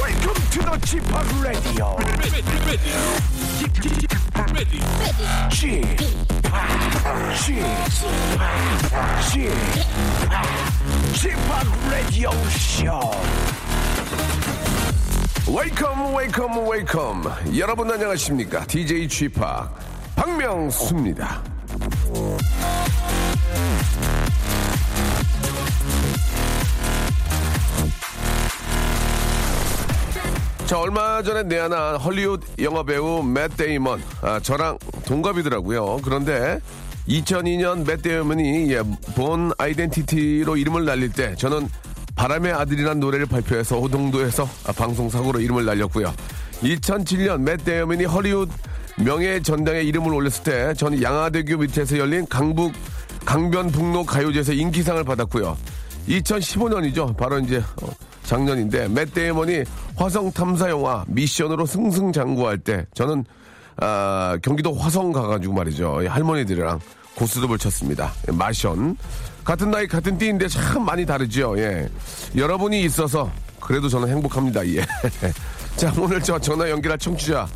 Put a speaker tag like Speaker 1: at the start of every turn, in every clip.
Speaker 1: Welcome to the g p Hop Radio. g p g p g p Radio Show.
Speaker 2: 웨이컴 웨이컴 웨이컴 여러분 안녕하십니까 DJ g p 박명수입니다 자 얼마 전에 내한한 헐리우드 영화 배우 맷 데이먼 아, 저랑 동갑이더라고요 그런데 2002년 맷 데이먼이 예, 본 아이덴티티로 이름을 날릴 때 저는 바람의 아들이란 노래를 발표해서 호동도에서 아, 방송사고로 이름을 날렸고요 2007년 맷 데이먼이 헐리우드 명예 전당에 이름을 올렸을 때 저는 양화대교 밑에서 열린 강북 강변북로 가요제에서 인기상을 받았고요 2015년이죠. 바로 이제 어, 작년인데 맷 데이먼이 화성 탐사 영화 미션으로 승승장구할 때 저는 아, 경기도 화성 가가지고 말이죠. 이 할머니들이랑 고스톱을 쳤습니다. 예, 마션 같은 나이 같은 띠인데 참 많이 다르죠. 예. 여러분이 있어서 그래도 저는 행복합니다. 예. 자 오늘 저 전화 연결할 청취자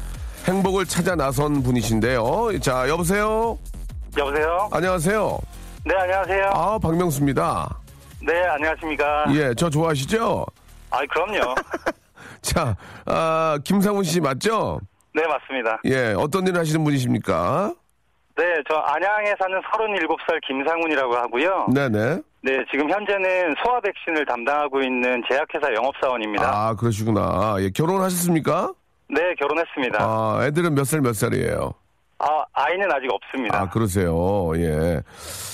Speaker 2: 행복을 찾아 나선 분이신데요. 자 여보세요.
Speaker 3: 여보세요?
Speaker 2: 안녕하세요.
Speaker 3: 네, 안녕하세요.
Speaker 2: 아 박명수입니다.
Speaker 3: 네, 안녕하십니까.
Speaker 2: 예, 저 좋아하시죠?
Speaker 3: 아, 그럼요.
Speaker 2: 자, 아, 김상훈 씨 맞죠?
Speaker 3: 네, 맞습니다.
Speaker 2: 예, 어떤 일을 하시는 분이십니까?
Speaker 3: 네, 저 안양에 사는 37살 김상훈이라고 하고요.
Speaker 2: 네네.
Speaker 3: 네, 지금 현재는 소아 백신을 담당하고 있는 제약회사 영업사원입니다.
Speaker 2: 아, 그러시구나. 예, 결혼하셨습니까?
Speaker 3: 네, 결혼했습니다.
Speaker 2: 아, 애들은 몇 살, 몇 살이에요?
Speaker 3: 아, 아이는 아직 없습니다.
Speaker 2: 아, 그러세요. 예.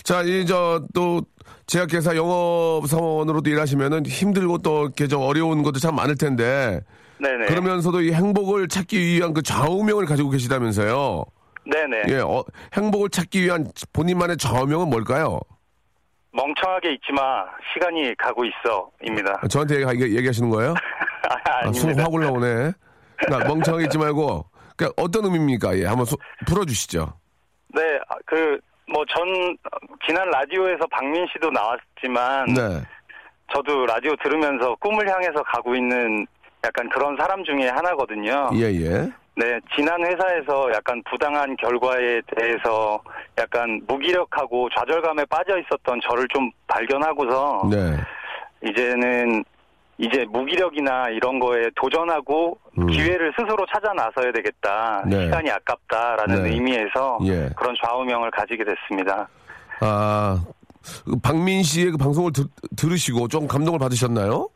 Speaker 2: 자, 이, 저, 또, 제약회사 영업사원으로도 일하시면은 힘들고 또 이렇게 좀 어려운 것도 참 많을 텐데.
Speaker 3: 네네.
Speaker 2: 그러면서도 이 행복을 찾기 위한 그 좌우명을 가지고 계시다면서요.
Speaker 3: 네네.
Speaker 2: 예, 어, 행복을 찾기 위한 본인만의 좌우명은 뭘까요?
Speaker 3: 멍청하게 있지 마. 시간이 가고 있어. 입니다.
Speaker 2: 저한테 얘기, 얘기하시는 거예요?
Speaker 3: 아,
Speaker 2: 아, 숨
Speaker 3: 아닙니다.
Speaker 2: 확 올라오네. 그러니까 멍청하게 있지 말고, 그러니까 어떤 의미입니까? 예, 한번 소- 풀어주시죠.
Speaker 3: 네, 아, 그, 뭐, 전, 지난 라디오에서 박민 씨도 나왔지만,
Speaker 2: 네.
Speaker 3: 저도 라디오 들으면서 꿈을 향해서 가고 있는 약간 그런 사람 중에 하나거든요.
Speaker 2: 예, 예.
Speaker 3: 네, 지난 회사에서 약간 부당한 결과에 대해서 약간 무기력하고 좌절감에 빠져 있었던 저를 좀 발견하고서
Speaker 2: 네.
Speaker 3: 이제는 이제 무기력이나 이런 거에 도전하고 기회를 스스로 찾아 나서야 되겠다.
Speaker 2: 음. 네.
Speaker 3: 시간이 아깝다라는
Speaker 2: 네.
Speaker 3: 의미에서
Speaker 2: 예.
Speaker 3: 그런 좌우명을 가지게 됐습니다.
Speaker 2: 아, 그 박민 씨의 그 방송을 들, 들으시고 좀 감동을 받으셨나요?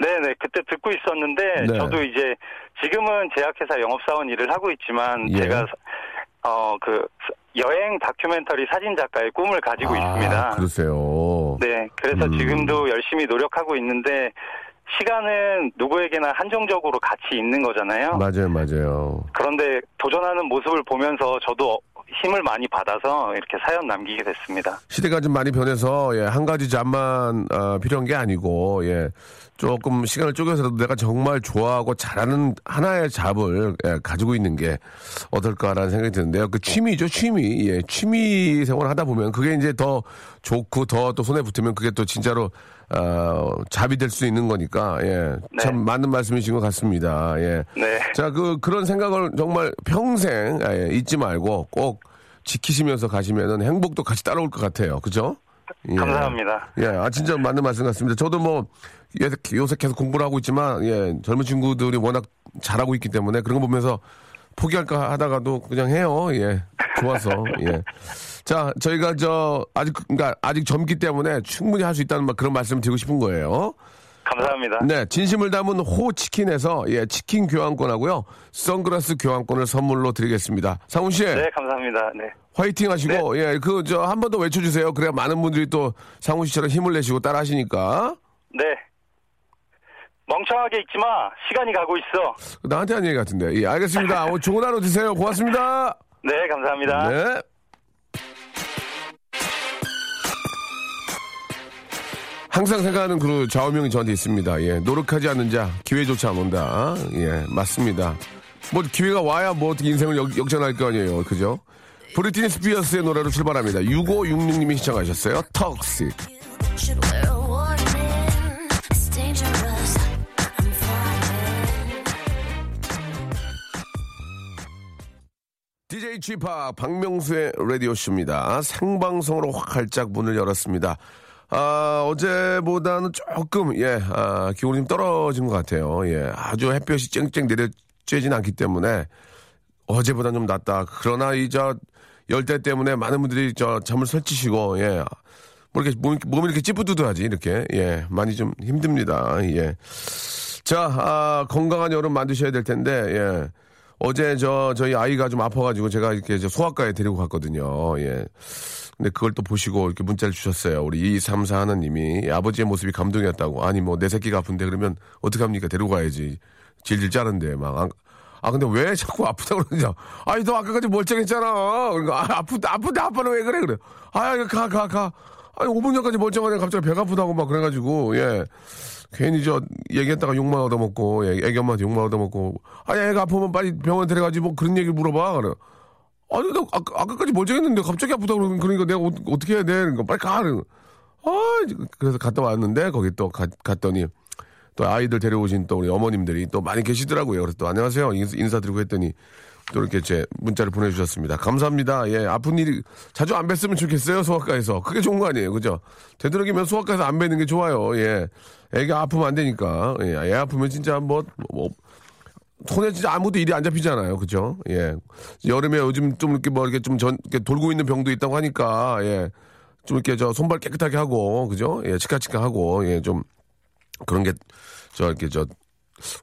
Speaker 3: 네네 그때 듣고 있었는데
Speaker 2: 네.
Speaker 3: 저도 이제 지금은 제약회사 영업사원 일을 하고 있지만
Speaker 2: 예.
Speaker 3: 제가 어 그 여행 다큐멘터리 사진 작가의 꿈을 가지고 있습니다.
Speaker 2: 아, 그러세요.
Speaker 3: 네 그래서
Speaker 2: 음.
Speaker 3: 지금도 열심히 노력하고 있는데 시간은 누구에게나 한정적으로 같이 있는 거잖아요.
Speaker 2: 맞아요, 맞아요.
Speaker 3: 그런데 도전하는 모습을 보면서 저도 힘을 많이 받아서 이렇게 사연 남기게 됐습니다.
Speaker 2: 시대가 좀 많이 변해서 예, 한 가지 잡만 아, 필요한 게 아니고 예, 조금 시간을 쪼개서라도 내가 정말 좋아하고 잘하는 하나의 잡을 예, 가지고 있는 게 어떨까라는 생각이 드는데요. 그 취미죠, 취미. 예, 취미 생활을 하다 보면 그게 이제 더 좋고 더 또 손에 붙으면 그게 또 진짜로 어, 잡이 될 수 있는 거니까 예,
Speaker 3: 네.
Speaker 2: 참 맞는 말씀이신 것 같습니다. 예.
Speaker 3: 네.
Speaker 2: 자, 그, 그런 생각을 정말 평생 예, 잊지 말고 꼭 지키시면서 가시면은 행복도 같이 따라올 것 같아요. 그죠? 예.
Speaker 3: 감사합니다.
Speaker 2: 예, 아, 진짜 맞는 말씀 같습니다. 저도 뭐, 예, 요새 계속 공부를 하고 있지만, 예, 젊은 친구들이 워낙 잘하고 있기 때문에 그런 거 보면서 포기할까 하다가도 그냥 해요. 예. 좋아서. 예. 자, 저희가 저, 아직, 그러니까 아직 젊기 때문에 충분히 할 수 있다는 말- 그런 말씀을 드리고 싶은 거예요.
Speaker 3: 감사합니다.
Speaker 2: 네, 진심을 담은 호치킨에서 예, 치킨 교환권하고요. 선글라스 교환권을 선물로 드리겠습니다. 상훈 씨.
Speaker 3: 네, 감사합니다. 네.
Speaker 2: 화이팅 하시고 예, 그 저 한 번 더 외쳐 주세요. 그래야 많은 분들이 또 상훈 씨처럼 힘을 내시고 따라 하시니까.
Speaker 3: 네. 멍청하게 있지 마. 시간이 가고 있어.
Speaker 2: 나한테 한 얘기 같은데. 예, 알겠습니다. 오늘 좋은 하루 되세요. 고맙습니다.
Speaker 3: 네, 감사합니다.
Speaker 2: 네. 항상 생각하는 그 좌우명이 저한테 있습니다. 예, 노력하지 않는 자 기회조차 안 온다. 예, 맞습니다. 뭐 기회가 와야 뭐 어떻게 인생을 역, 전할거 아니에요, 그죠? 브리티니 스피어스의 노래로 출발합니다. 6566님이 시청하셨어요. 턱스.
Speaker 4: Should wear a warning. It's dangerous. I'm flying.
Speaker 2: DJ 쥐파 박명수의 라디오 쇼입니다. 생방송으로 활짝 문을 열었습니다. 아, 어제보다는 조금 예, 아, 기온이 좀 떨어진 것 같아요. 예, 아주 햇볕이 쨍쨍 내려 쬐진 않기 때문에 어제보다 좀 낫다. 그러나 이 저 열대 때문에 많은 분들이 저 잠을 설치시고 예. 뭐 이렇게 몸, 몸이 이렇게 찌뿌드드하지 이렇게 예 많이 좀 힘듭니다 예 자, 아, 건강한 여름 만드셔야 될 텐데, 예. 어제 저, 저희 아이가 좀 아파가지고 제가 이렇게 저 소아과에 데리고 갔거든요. 예. 근데 그걸 또 보시고 이렇게 문자를 주셨어요. 우리 234 하나님이 이 아버지의 모습이 감동이었다고. 아니, 뭐, 내 새끼가 아픈데 그러면 어떡합니까? 데리고 가야지. 질질 짜는데, 막. 안- 아, 근데 왜 자꾸 아프다 그러냐. 아니, 너 아까까지 멀쩡했잖아. 그러니까, 아, 아프다, 아프다, 아빠는 왜 그래, 그래. 아, 가, 가, 가. 아니, 5분 전까지 멀쩡하냐. 갑자기 배가 아프다고 막 그래가지고, 예. 괜히 저 얘기했다가 욕만 얻어먹고 예, 애- 애기 엄마한테 욕만 얻어먹고 아니 애가 아프면 빨리 병원 데려가지 뭐 그런 얘기 물어봐 그래 아니 나 아까, 까지 멀쩡했는데 갑자기 아프다 그러면 그러니까 내가 어, 떻게 해야 돼 그러니까 빨리 가 그래. 아 이제 그래서 갔다 왔는데 거기 또 가- 갔더니 또 아이들 데려오신 또 우리 어머님들이 또 많이 계시더라고요 그래서 또 안녕하세요 인사- 인사드리고 했더니 또 이렇게 제 문자를 보내주셨습니다. 감사합니다. 예, 아픈 일이 자주 안 뵀으면 좋겠어요 소아과에서 그게 좋은 거 아니에요, 그죠? 되도록이면 소아과에서 안 뵈는 게 좋아요. 예, 애가 아프면 안 되니까 예, 애 아프면 진짜 뭐, 뭐 손에 진짜 아무도 일이 안 잡히잖아요, 그죠? 예, 여름에 요즘 좀 이렇게 뭐 이렇게 좀 전 이렇게 돌고 있는 병도 있다고 하니까 예, 좀 이렇게 저 손발 깨끗하게 하고 그죠? 예, 치카치카 하고 예, 좀 그런 게 저 이렇게 저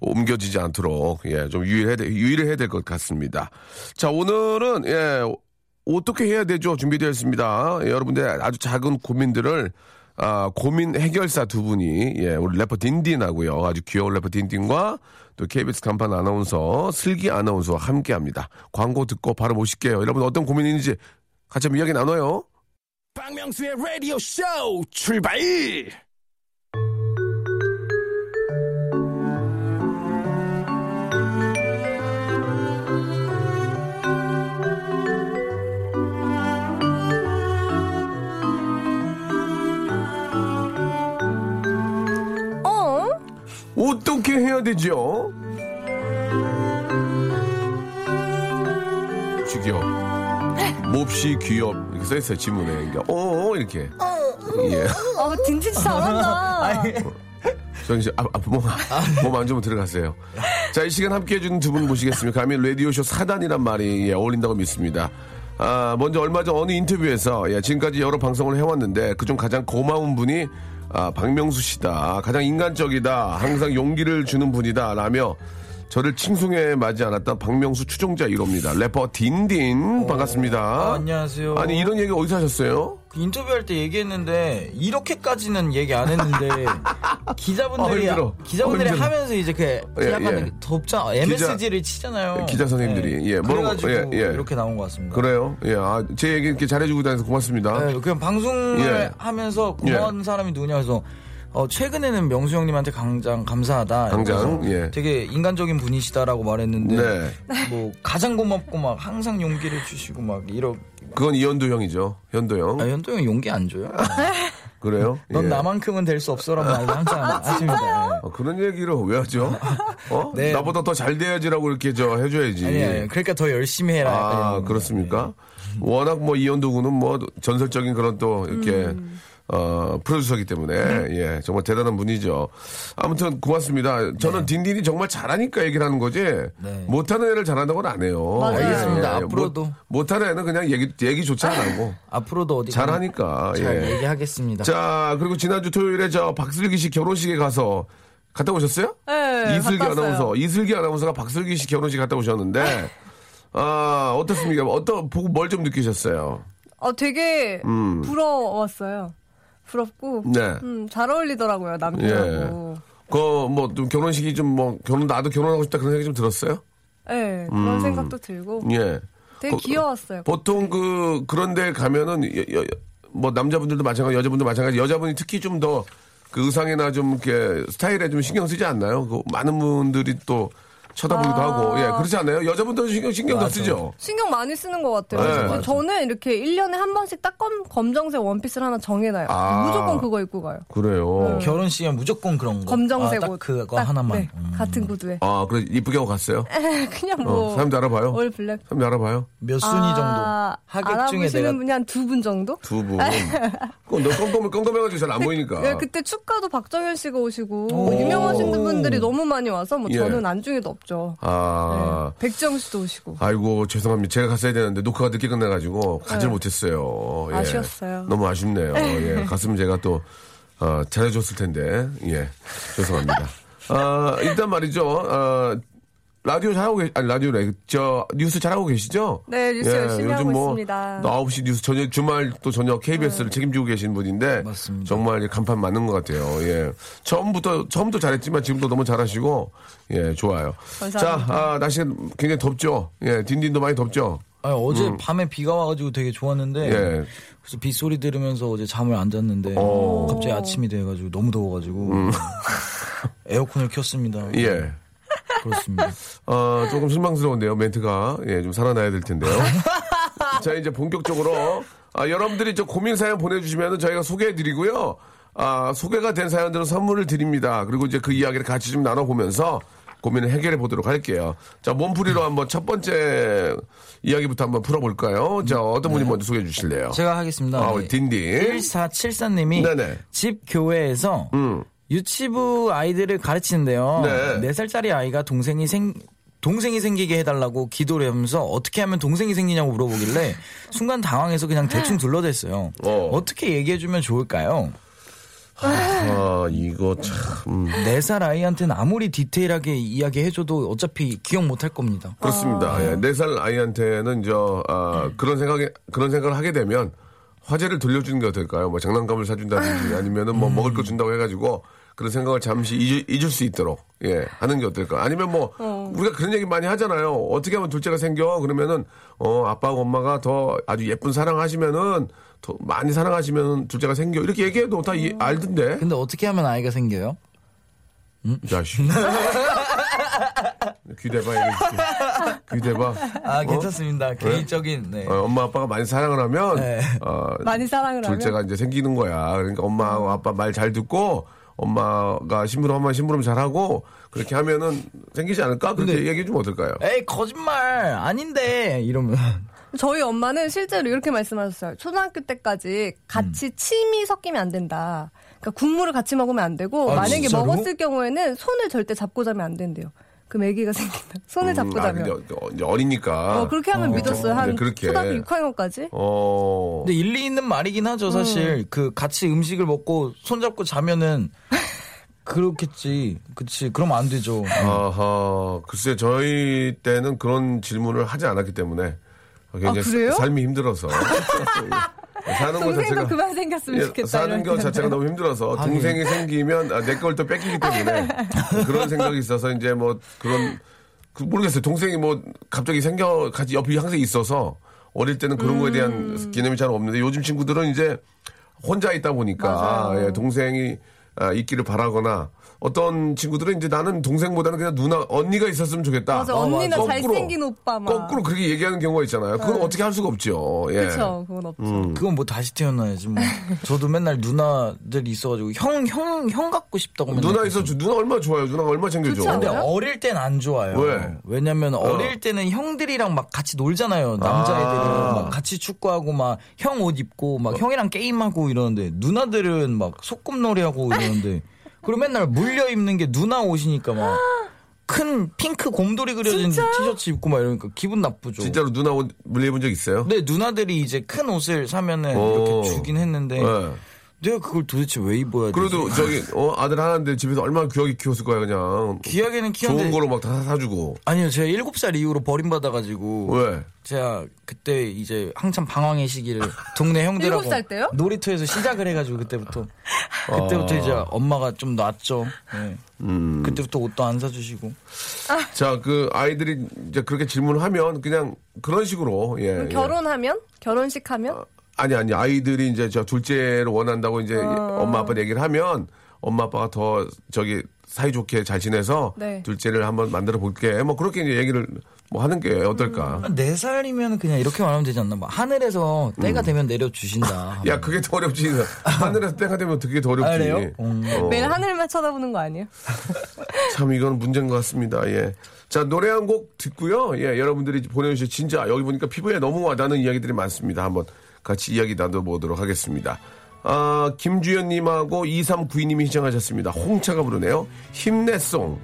Speaker 2: 옮겨지지 않도록 예 좀 유의해야 돼- 유의를 해야 될 것 같습니다. 자 오늘은 예 어떻게 해야 되죠 준비되어 있습니다. 예, 여러분들 아주 작은 고민들을 아 고민 해결사 두 분이 예 우리 래퍼 딘딘하고요 아주 귀여운 래퍼 딘딘과 또 KBS 간판 아나운서 슬기 아나운서와 함께합니다. 광고 듣고 바로 모실게요. 여러분 어떤 고민인지 같이 한번 이야기 나눠요.
Speaker 1: 박명수의 라디오 쇼 출발!
Speaker 4: 어?
Speaker 2: 어떻게 해야 되죠? 죽여. 몹시 귀엽. 이렇게 써있어요, 지문에. 그러니까, 어어, 이렇게. 예.
Speaker 5: 어, 딘딘 잘한다.
Speaker 2: 정신, 아, 아, 몸, 몸 안좋으면 들어가세요. 자, 이 시간 함께 해주는 두 분 모시겠습니다. 감히 라디오쇼 사단이란 말이 예, 어울린다고 믿습니다. 아, 먼저 얼마 전 어느 인터뷰에서 예, 지금까지 여러 방송을 해왔는데 그중 가장 고마운 분이 아, 박명수 씨다. 가장 인간적이다. 항상 용기를 주는 분이다. 라며 저를 칭송해 맞지 않았던 박명수 추종자 1호입니다. 래퍼 딘딘 반갑습니다.
Speaker 6: 안녕하세요.
Speaker 2: 어? 아니 이런 얘기 어디서 하셨어요?
Speaker 6: 그 인터뷰할 때 얘기했는데 이렇게까지는 얘기 안 했는데 기자분들이
Speaker 2: 아, 힘들어.
Speaker 6: 기자분들이
Speaker 2: 아, 힘들어.
Speaker 6: 하면서 이제 그
Speaker 2: 예,
Speaker 6: 약간
Speaker 2: 예.
Speaker 6: 덥잖아 어, MSG를 치잖아요.
Speaker 2: 기자 선생님들이. 예, 뭐라고-
Speaker 6: 그래가지고
Speaker 2: 예, 예.
Speaker 6: 이렇게 나온 것 같습니다.
Speaker 2: 그래요? 예, 아, 제 얘기 이렇게 잘해주고 다녀서 고맙습니다.
Speaker 6: 네, 그냥 방송을
Speaker 2: 예.
Speaker 6: 하면서 고마운 사람이 누구냐 해서 어, 최근에는 명수 형님한테 강장 감사하다.
Speaker 2: 당장,
Speaker 6: 이러면서
Speaker 2: 예.
Speaker 6: 되게 인간적인 분이시다라고 말했는데
Speaker 2: 네.
Speaker 6: 뭐 가장 고맙고 막 항상 용기를 주시고 막 이런
Speaker 2: 그건 이현도 형이죠. 현도 형.
Speaker 6: 아, 현도 형 용기 안 줘요?
Speaker 2: 그래요?
Speaker 6: 넌
Speaker 2: 예. 아,
Speaker 6: 나만큼은 될 수 없어라는 말을 항상
Speaker 5: 아,
Speaker 6: 하십니다.
Speaker 2: 어, 그런 얘기를 왜 하죠? 어?
Speaker 6: 네.
Speaker 2: 나보다 더 잘 돼야지라고 이렇게 저 해줘야지.
Speaker 6: 예. 아니, 아니, 그러니까 더 열심히 해라. 약간
Speaker 2: 아,
Speaker 6: 이런
Speaker 2: 그렇습니까?
Speaker 6: 네.
Speaker 2: 워낙 뭐 이현도 군은 뭐 전설적인 그런 또 이렇게
Speaker 6: 음.
Speaker 2: 어, 프로듀서기 때문에
Speaker 6: 네.
Speaker 2: 예, 정말 대단한 분이죠. 아무튼 고맙습니다. 저는 딘딘이 정말 잘하니까 얘기를 하는 거지
Speaker 6: 네.
Speaker 2: 못하는 애를 잘한다고는 안 해요. 예.
Speaker 6: 맞아요. 알겠습니다. 앞으로도.
Speaker 2: 못, 하는 애는 그냥 얘기 얘기조차 안 하고
Speaker 6: 앞으로도 어디 가나
Speaker 2: 잘하니까
Speaker 6: 잘
Speaker 2: 예.
Speaker 5: 네.
Speaker 6: 얘기하겠습니다.
Speaker 2: 자, 그리고 지난주 토요일에 저 박슬기 씨 결혼식에 가서 갔다 오셨어요?
Speaker 5: 네,
Speaker 2: 이슬기
Speaker 5: 갔다 왔어요. 네.
Speaker 2: 아나운서, 이슬기 아나운서가 박슬기 씨 결혼식 갔다 오셨는데, 아, 어떻습니까? 어떤, 보고 뭘 좀 느끼셨어요?
Speaker 5: 어, 되게
Speaker 2: 음.
Speaker 5: 부러웠어요. 부럽고,
Speaker 2: 네.
Speaker 5: 음, 잘 어울리더라고요, 남편하고.
Speaker 2: 그, 뭐, 좀 결혼식이 좀 뭐, 결혼, 나도 결혼하고 싶다 그런 생각이 좀 들었어요?
Speaker 5: 네,
Speaker 2: 음.
Speaker 5: 그런 생각도 들고.
Speaker 2: 예.
Speaker 5: 되게
Speaker 2: 거-
Speaker 5: 귀여웠어요.
Speaker 2: 보통 그, 그런데 가면은, 여- 여- 뭐, 남자분들도 마찬가지, 여자분도 마찬가지, 여자분이 특히 좀 더, 그 의상이나 좀, 이렇게, 스타일에 좀 신경 쓰지 않나요? 그 많은 분들이 또, 쳐다보기도 하고, 예, 그렇지 않아요? 여자분들은 신경, 신경 더
Speaker 6: 맞아.
Speaker 2: 쓰죠?
Speaker 5: 아. 신경 많이 쓰는 것 같아요.
Speaker 2: 네.
Speaker 5: 그래서 저는 이렇게 1년에 한 번씩 딱 검, 검정색 원피스를 하나 정해놔요.
Speaker 2: 아.
Speaker 5: 무조건 그거 입고 가요. 네.
Speaker 2: 그래요.
Speaker 6: 어, 결혼식에 무조건 그런 거.
Speaker 5: 검정색
Speaker 6: 아, 딱
Speaker 5: 옷.
Speaker 6: 그거
Speaker 5: 딱,
Speaker 6: 하나만.
Speaker 5: 네,
Speaker 6: 음.
Speaker 5: 같은 구두에.
Speaker 2: 아, 그래, 이쁘게 하고 갔어요?
Speaker 5: 그냥
Speaker 2: 어,
Speaker 5: 뭐.
Speaker 2: 사람들 알아봐요?
Speaker 5: 올 블랙.
Speaker 2: 사람들 알아봐요?
Speaker 6: 몇 순위
Speaker 5: 아,
Speaker 6: 정도. 하객 중에
Speaker 5: 알아보시는
Speaker 6: 내가
Speaker 5: 분이 한 두 분 정도?
Speaker 2: 두 분. 그건 너 껌껌, 껌껌해가지고 잘 안 보이니까.
Speaker 5: 예, 그때 축가도 박정현 씨가 오시고
Speaker 6: 오.
Speaker 5: 유명하신 분들이 너무 많이 와서 뭐
Speaker 2: 예.
Speaker 5: 저는 안중에도 없죠.
Speaker 2: 아.
Speaker 5: 네. 백정 씨도 오시고.
Speaker 2: 아이고 죄송합니다. 제가 갔어야 되는데 녹화가 늦게 끝나가지고 가지 못했어요. 예.
Speaker 5: 네. 아쉬웠어요.
Speaker 2: 너무 아쉽네요. 예. 갔으면 제가 또 어, 잘해줬을 텐데 예 죄송합니다. 아, 일단 말이죠. 아, 라디오 잘하고 계, 아니 라디오래 저 뉴스 잘하고 계시죠?
Speaker 5: 네, 뉴스 열심히
Speaker 2: 요즘
Speaker 5: 하고
Speaker 2: 뭐
Speaker 5: 있습니다.
Speaker 2: 또 9시 뉴스 저녁 주말 또 저녁 KBS를 책임지고 계신 분인데
Speaker 6: 네. 맞습니다.
Speaker 2: 정말 간판 맞는 것 같아요. 예. 처음부터 처음도 잘했지만 지금도 너무 잘하시고 예, 좋아요.
Speaker 5: 감사합니다.
Speaker 2: 자, 아, 날씨가 굉장히 덥죠. 예, 딘딘도 많이 덥죠.
Speaker 6: 아니, 어제 밤에 비가 와가지고 되게 좋았는데
Speaker 2: 음. 예.
Speaker 6: 그래서 비 소리 들으면서 어제 잠을 안 잤는데
Speaker 2: 어.
Speaker 6: 갑자기 아침이 돼가지고 너무 더워가지고 에어컨을 켰습니다.
Speaker 2: 음. 예.
Speaker 6: 그렇습니다.
Speaker 2: 어, 조금 실망스러운데요, 멘트가. 예, 좀 살아나야 될 텐데요. 자, 이제 본격적으로. 아, 여러분들이 저 고민 사연 보내주시면 저희가 소개해드리고요. 아, 소개가 된 사연들은 선물을 드립니다. 그리고 이제 그 이야기를 같이 좀 나눠보면서 고민을 해결해 보도록 할게요. 자, 몸풀이로 한번 첫 번째 이야기부터 한번 풀어볼까요? 자, 어떤 분이 먼저 소개해 주실래요?
Speaker 6: 네. 제가 하겠습니다. 네.
Speaker 2: 아, 우리 딘딘.
Speaker 6: 1474님이
Speaker 2: 네네. 음.
Speaker 6: 집 교회에서 유치부 아이들을 가르치는데요.
Speaker 2: 네.
Speaker 6: 네. 4살짜리 아이가 동생이 생 동생이 생기게 해달라고 기도를 하면서 어떻게 하면 동생이 생기냐고 물어보길래 순간 당황해서 그냥 대충 둘러댔어요.
Speaker 2: 어.
Speaker 6: 어. 떻게 얘기해주면 좋을까요?
Speaker 2: 아, 이거 참.
Speaker 6: 4살 아이한테는 아무리 디테일하게 이야기해줘도 어차피 기억 못할 겁니다.
Speaker 2: 그렇습니다. 예, 4살 아이한테는 저 아, 그런 생각에 그런 생각을 하게 되면 화제를 돌려주는 게 어떨까요? 뭐 장난감을 사준다든지 아니면은 뭐 먹을 거 준다고 해가지고 그런 생각을 잠시 잊을, 잊을 수 있도록 예 하는 게 어떨까? 아니면 뭐 우리가 그런 얘기 많이 하잖아요. 어떻게 하면 둘째가 생겨? 그러면은 어 아빠하고 엄마가 더 아주 예쁜 사랑하시면은 더 많이 사랑하시면 둘째가 생겨 이렇게 얘기해도 다 이, 알던데.
Speaker 6: 근데 어떻게 하면 아이가 생겨요?
Speaker 2: 야씨. 귀대봐 이게 귀대봐.
Speaker 6: 아 괜찮습니다. 개인적인 네.
Speaker 2: 어, 엄마 아빠가 많이 사랑을 하면
Speaker 6: 네.
Speaker 2: 어,
Speaker 5: 많이 사랑을
Speaker 2: 둘째가
Speaker 5: 하면
Speaker 2: 이제 생기는 거야. 그러니까 엄마하고 아빠 말 잘 듣고 엄마가 심부름 한번 심부름 잘하고 그렇게 하면은 생기지 않을까? 그렇게 얘기해 주면 어떨까요?
Speaker 5: 네,
Speaker 6: 에이 거짓말 아닌데 이러면
Speaker 5: 저희 엄마는 실제로 이렇게 말씀하셨어요. 초등학교 때까지 같이
Speaker 2: 음.
Speaker 5: 침이 섞이면 안 된다. 그러니까 국물을 같이 먹으면 안 되고
Speaker 6: 아,
Speaker 5: 만약에
Speaker 6: 진짜로?
Speaker 5: 먹었을 경우에는 손을 절대 잡고 자면 안 된대요. 그럼 아기가 생긴다. 손을 잡고
Speaker 2: 아,
Speaker 5: 자면.
Speaker 2: 근데 어- 이제 어리니까.
Speaker 5: 어, 그렇게 하면 믿었어요. 한
Speaker 2: 네, 그렇게.
Speaker 5: 초등학교 6학년까지.
Speaker 2: 어.
Speaker 6: 근데 일리 있는 말이긴 하죠, 사실. 그 같이 음식을 먹고 손잡고 자면은 그렇겠지. 그치. 그럼 안 되죠.
Speaker 2: 아하, 글쎄 저희 때는 그런 질문을 하지 않았기 때문에 굉장히
Speaker 5: 아, 그래요?
Speaker 2: 삶이 힘들어서 예. 사는 것
Speaker 5: 동생도
Speaker 2: 자체가
Speaker 5: 그만 생겼으면
Speaker 2: 예,
Speaker 5: 좋겠다.
Speaker 2: 사는
Speaker 5: 이런
Speaker 2: 것 자체가 너무 힘들어서
Speaker 5: 아, 예.
Speaker 2: 동생이 생기면 아, 내 걸 또 뺏기기 때문에 그런 생각이 있어서 이제 뭐 그런 그 모르겠어요. 동생이 뭐 갑자기 생겨 같이 옆에 항상 있어서 어릴 때는 그런 거에
Speaker 5: 음.
Speaker 2: 대한 개념이 잘 없는데 요즘 친구들은 이제 혼자 있다 보니까 예, 동생이 아, 있기를 바라거나 어떤 친구들은 이제 나는 동생보다는 그냥 누나 언니가 있었으면 좋겠다.
Speaker 5: 맞아, 언니나
Speaker 2: 거꾸로,
Speaker 5: 잘생긴 오빠 막.
Speaker 2: 거꾸로 그렇게 얘기하는 경우가 있잖아요. 그건 어떻게 할 수가 없죠. 예.
Speaker 5: 그렇죠. 그건 없죠.
Speaker 2: 음.
Speaker 6: 그건 뭐 다시 태어나야지 뭐. 저도 맨날 누나들이 있어가지고 형, 형, 형 갖고 싶다고 맨날.
Speaker 2: 누나 있어 주- 누나 얼마 좋아요. 누나가 얼마 챙겨줘.
Speaker 5: 좋죠.
Speaker 6: 근데 어릴 땐 안 좋아요.
Speaker 2: 왜?
Speaker 6: 왜냐면 어릴 때는 형들이랑 막 같이 놀잖아요. 남자애들은 막 같이 축구하고 막 형 옷 입고
Speaker 2: 어.
Speaker 6: 막 형이랑 게임하고 이러는데 누나들은 막 소꿉놀이하고 이러는데 그리고 맨날 물려 입는 게 누나 옷이니까 막 큰 핑크 곰돌이 그려진 티셔츠 입고 막 이러니까 기분 나쁘죠.
Speaker 2: 진짜로 누나
Speaker 6: 네,
Speaker 2: 옷 물려본 적 있어요?
Speaker 6: 근데 누나들이 이제 큰 옷을 사면은
Speaker 2: 오.
Speaker 6: 이렇게 주긴 했는데
Speaker 2: 어. 네.
Speaker 6: 내가 그걸 도대체 왜 입어야 돼?
Speaker 2: 그래도 저기 어, 아들 하나인데 집에서 얼마나 귀하게 키웠을 거야 그냥.
Speaker 6: 귀하게는 키웠는데
Speaker 2: 좋은 거로 막 다 사주고.
Speaker 6: 아니요, 제가 일곱 살 이후로 버림받아가지고
Speaker 2: 왜?
Speaker 6: 제가 그때 이제 한참 방황의 시기를 동네 형들하고
Speaker 5: 일곱 살 때요?
Speaker 6: 놀이터에서 시작을 해가지고 그때부터
Speaker 2: 어.
Speaker 6: 그때부터 이제 엄마가 좀 낫죠. 예.
Speaker 2: 음.
Speaker 6: 그때부터 옷도 안 사주시고
Speaker 2: 자, 그 아이들이 이제 그렇게 질문하면 그냥 그런 식으로 예.
Speaker 5: 그럼
Speaker 2: 예.
Speaker 5: 결혼하면 결혼식 하면
Speaker 2: 아니 아니 아이들이 이제 저 둘째를 원한다고 이제 엄마 아빠 얘기를 하면 엄마 아빠가 더 저기 사이좋게 잘 지내서
Speaker 5: 네.
Speaker 2: 둘째를 한번 만들어 볼게. 뭐 그렇게 이제 얘기를 뭐 하는 게 어떨까?
Speaker 6: 네 살이면 그냥 이렇게 말하면 되지 않나? 막 하늘에서 때가
Speaker 2: 음.
Speaker 6: 되면 내려
Speaker 2: 아,
Speaker 6: 주신다.
Speaker 2: 야, 그게 더 어렵지. 하늘에서 때가 되면 그게 더 어렵지.
Speaker 6: 아, 그래요?
Speaker 2: 어,
Speaker 5: 매일 하늘만 쳐다보는 거 아니에요?
Speaker 2: 참 이건 문제인 것 같습니다. 예. 자, 노래 한 곡 듣고요. 예, 여러분들이 보내주신 진짜 여기 보니까 피부에 너무 와닿는 이야기들이 많습니다. 한번 같이 이야기 나눠보도록 하겠습니다. 아, 김주현님하고 2392님이 시청하셨습니다. 홍차가 부르네요. 힘내송.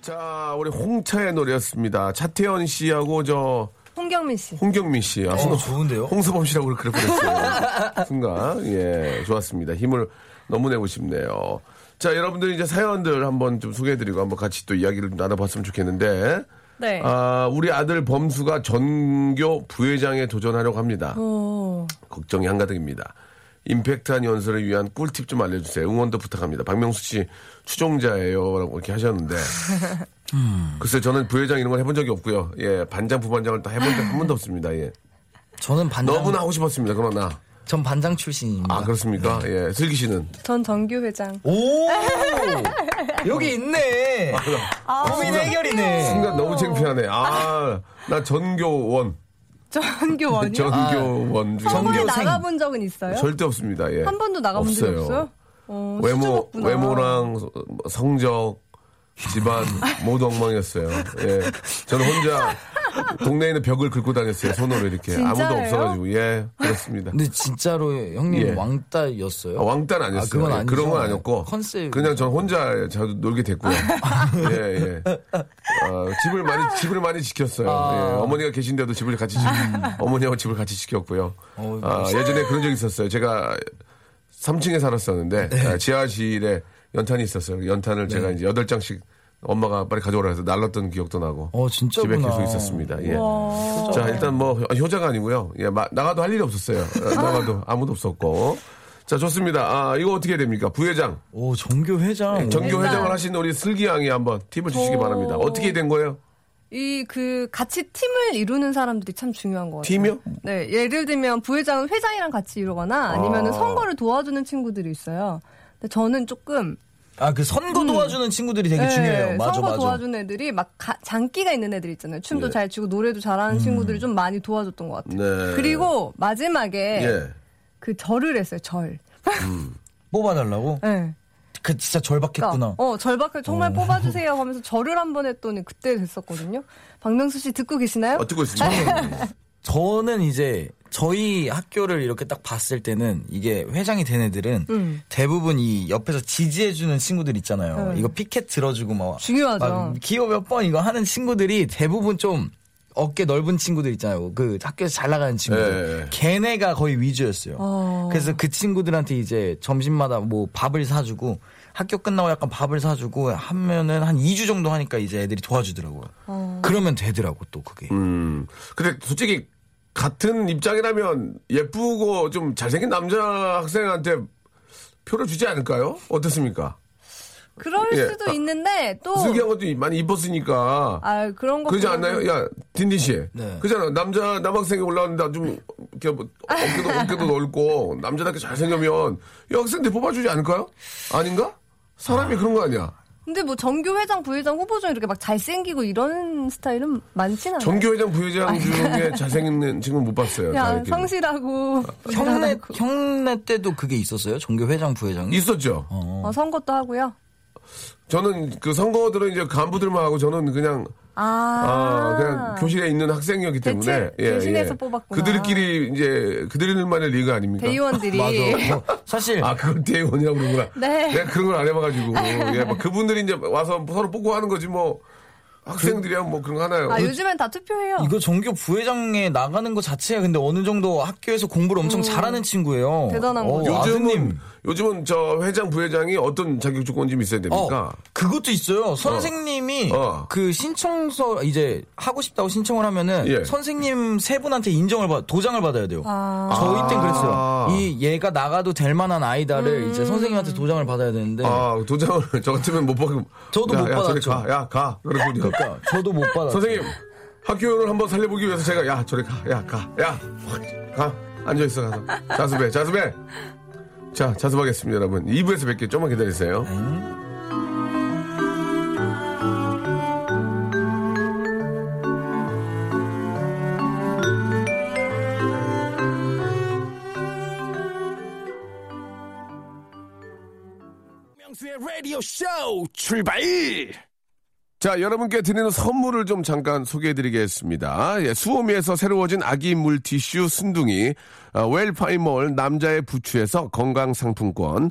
Speaker 2: 자, 우리 홍차의 노래였습니다. 차태현 씨하고 저
Speaker 5: 홍경민 씨.
Speaker 2: 홍경민 씨. 아, 홍-
Speaker 6: 어, 좋은데요?
Speaker 2: 홍수범 씨라고 그렇게 보냈어요. 순간. 예, 좋았습니다. 힘을 너무 내고 싶네요. 자, 여러분들 이제 사연들 한번 좀 소개해드리고 한번 같이 또 이야기를 좀 나눠봤으면 좋겠는데.
Speaker 5: 네.
Speaker 2: 아, 우리 아들 범수가 전교 부회장에 도전하려고 합니다.
Speaker 5: 오.
Speaker 2: 걱정이 한가득입니다. 임팩트한 연설을 위한 꿀팁 좀 알려주세요. 응원도 부탁합니다. 박명수 씨 추종자예요라고 이렇게 하셨는데 음. 글쎄 저는 부회장 이런 걸 해본 적이 없고요. 예 반장 부반장을 다 해본 적 한 번도 없습니다. 예
Speaker 6: 저는 반장.
Speaker 2: 너무나 하고 싶었습니다. 그러나
Speaker 6: 전 반장 출신입니다.
Speaker 5: 네.
Speaker 2: 아 그렇습니까? 예 슬기 씨는
Speaker 5: 전 정규 회장.
Speaker 6: 오 여기 있네.
Speaker 2: 아,
Speaker 6: 고민 해결이네.
Speaker 2: 순간 너무 창피하네. 아나 전교원
Speaker 5: 정규원이요? 아,
Speaker 2: 전교원 중에
Speaker 5: 한 번에
Speaker 6: 정규- 전교생.
Speaker 5: 나가본 적은 있어요?
Speaker 2: 절대 없습니다. 예
Speaker 5: 한 번도 나가본 적이 없어요? 어, 수준
Speaker 2: 외모
Speaker 5: 없구나.
Speaker 2: 외모랑 서- 뭐 성적 집안 모두 엉망이었어요. 예. 저는 혼자 동네에 있는 벽을 긁고 다녔어요. 손으로 이렇게 아무도
Speaker 5: 진짜예요?
Speaker 2: 없어가지고 예 그렇습니다.
Speaker 6: 근데 진짜로 형님
Speaker 2: 예.
Speaker 6: 왕따였어요?
Speaker 2: 아, 왕따는
Speaker 6: 아,
Speaker 2: 아니었어요.
Speaker 6: 그건
Speaker 2: 예, 그런 건
Speaker 6: 아니죠.
Speaker 2: 아니었고
Speaker 6: 컨셉.
Speaker 2: 그냥 전 혼자 자주 놀게 됐고요. 예 예. 아, 집을 많이 집을 많이 지켰어요.
Speaker 6: 아.
Speaker 2: 예, 어머니가 계신데도 집을 같이 지, 어머니하고 집을 같이 지켰고요.
Speaker 6: 음. 어우,
Speaker 2: 아, 예전에 그런 적이 있었어요. 제가 3층에 살았었는데
Speaker 6: 네.
Speaker 2: 아, 지하실에 연탄이 있었어요. 그 연탄을 제가 이제 8장씩 엄마가 빨리 가져오라 해서 날랐던 기억도 나고.
Speaker 6: 어, 진짜구나.
Speaker 2: 집에 계속 있었습니다. 예. 자, 일단 뭐 효- 효자가 아니고요. 예, 마- 나가도 할 일이 없었어요. 어, 나가도 아무도 없었고. 자, 좋습니다. 아, 이거 어떻게 해야 됩니까? 부회장, 예,
Speaker 6: 오 정교 회장.
Speaker 2: 정교
Speaker 5: 음.
Speaker 2: 회장을 하신 우리 슬기 양이 한번 팁을 주시기
Speaker 5: 오.
Speaker 2: 바랍니다. 어떻게 된 거예요?
Speaker 5: 이 그 같이 팀을 이루는 사람들이 참 중요한 것 같아요.
Speaker 2: 팀이요?
Speaker 5: 네, 예를 들면 부회장은 회장이랑 같이 이루거나 아니면 은 선거를 도와주는 친구들이 있어요. 근데 저는 조금
Speaker 6: 아 그 선거 도와주는 친구들이 되게
Speaker 5: 음. 예,
Speaker 6: 중요해요. 맞아
Speaker 5: 선거
Speaker 6: 맞아.
Speaker 5: 도와주는 애들이 막 가- 장기가 있는 애들 있잖아요. 춤도 잘 추고 노래도 잘하는 친구들이 좀 많이 도와줬던 것 같아요.
Speaker 2: 네.
Speaker 5: 그리고 마지막에
Speaker 2: 예.
Speaker 5: 그 절을 했어요. 절.
Speaker 6: 뽑아달라고?
Speaker 5: 예.
Speaker 6: 그 진짜 절박했구나.
Speaker 5: 그러니까 어 절박을 정말 뽑아주세요 하면서 절을 한 번 했더니 그때 됐었거든요. 박명수 씨 듣고 계시나요?
Speaker 2: 어, 듣고 있습니다.
Speaker 6: 저는 이제 저희 학교를 이렇게 딱 봤을 때는 이게 회장이 된 애들은
Speaker 5: 음.
Speaker 6: 대부분 이 옆에서 지지해주는 친구들 있잖아요.
Speaker 5: 네.
Speaker 6: 이거 피켓 들어주고 막
Speaker 5: 중요하죠.
Speaker 6: 막 기호 몇 번 이거 하는 친구들이 대부분 좀 어깨 넓은 친구들 있잖아요. 그 학교에서 잘 나가는 친구들.
Speaker 2: 예, 예.
Speaker 6: 걔네가 거의 위주였어요.
Speaker 5: 어.
Speaker 6: 그래서 그 친구들한테 이제 점심마다 뭐 밥을 사주고 학교 끝나고 약간 밥을 사주고 하면은 한 2주 정도 하니까 이제 애들이 도와주더라고요.
Speaker 5: 어.
Speaker 6: 그러면 되더라고 또 그게.
Speaker 2: 음. 근데 솔직히 같은 입장이라면 예쁘고 좀 잘생긴 남자 학생한테 표를 주지 않을까요? 어떻습니까?
Speaker 5: 그럴
Speaker 2: 예.
Speaker 5: 수도
Speaker 2: 아,
Speaker 5: 있는데 또
Speaker 2: 슬기 한 것도 많이 이뻤으니까.
Speaker 5: 아 그런 거
Speaker 2: 그러지
Speaker 5: 보면은-
Speaker 2: 않나요? 야, 딘딘 씨.
Speaker 6: 네.
Speaker 2: 그잖아. 남자, 남학생이 올라왔는데 좀, 이렇게 뭐 어깨도, 어깨도 넓고, 남자답게 잘생기면 여학생들 뽑아주지 않을까요? 아닌가? 사람이 그런 거 아니야.
Speaker 5: 근데 뭐 정규 회장 부회장 후보 중에 이렇게 막 잘생기고 이런 스타일은 많진 않아요.
Speaker 2: 전교회장, 부회장 중에 잘생긴 친구는 못 봤어요. 다
Speaker 5: 그냥
Speaker 2: 이렇게.
Speaker 5: 성실하고
Speaker 6: 아, 형네
Speaker 5: 부단하고.
Speaker 6: 형네 때도 그게 있었어요? 종교 회장 부회장?
Speaker 2: 있었죠.
Speaker 5: 어, 선거도 하고요.
Speaker 2: 저는 그 선거들은 이제 간부들만 하고 저는 그냥
Speaker 5: 아,
Speaker 2: 아, 그냥 교실에 있는 학생이었기 때문에 예,
Speaker 5: 대체 대신해서 뽑았구나.
Speaker 2: 그들끼리 이제 그들만의 리그 아닙니까?
Speaker 5: 대의원들이
Speaker 6: 사실
Speaker 2: 아, 그걸 대의원이라고 그러구나.
Speaker 5: 네.
Speaker 2: 내가 그런 걸 안 해봐가지고. 예, 막 그분들이 이제 와서 서로 뽑고 하는 거지 뭐. 학생들이야 뭐 그런 거 하나요?
Speaker 5: 아, 요즘엔 다 투표해요.
Speaker 6: 이거 전교 부회장에 나가는 것 자체가 근데 어느 정도 학교에서 공부를 엄청 잘하는 친구예요.
Speaker 5: 음. 대단한
Speaker 6: 어,
Speaker 5: 거죠.
Speaker 6: 아드님.
Speaker 2: 요즘은 요즘은 저 회장 부회장이 어떤 자격 조건이 좀 있어야 됩니까?
Speaker 6: 어, 그것도 있어요. 선생님이
Speaker 2: 어.
Speaker 6: 그 신청서 이제 하고 싶다고 신청을 하면은
Speaker 2: 예.
Speaker 6: 선생님 세 분한테 인정을 받 도장을 받아야 돼요.
Speaker 5: 아.
Speaker 6: 저희 땐 그랬어요. 이 얘가 나가도 될 만한 아이다를
Speaker 5: 음.
Speaker 6: 이제 선생님한테 도장을 받아야 되는데
Speaker 2: 아 도장을 저 같으면 못 받고
Speaker 6: 네. 저도
Speaker 2: 야,
Speaker 6: 못
Speaker 2: 야, 저리
Speaker 6: 받았죠.
Speaker 2: 가, 야 가. 그러고
Speaker 6: 그러니까 저도 못 받아.
Speaker 2: 선생님 학교를 한번 살려보기 위해서 제가 야 저리 가야가야가 앉아 있어 가서 자습해 자습해 자 자습하겠습니다 여러분 2부에서 뵐게요 조금만 기다리세요
Speaker 1: 명수의 라디오 쇼 출발!
Speaker 2: 자, 여러분께 드리는 선물을 좀 잠깐 소개해드리겠습니다. 예, 수오미에서 새로워진 아기 물티슈 순둥이, 아, 웰파이몰 남자의 부추에서 건강상품권,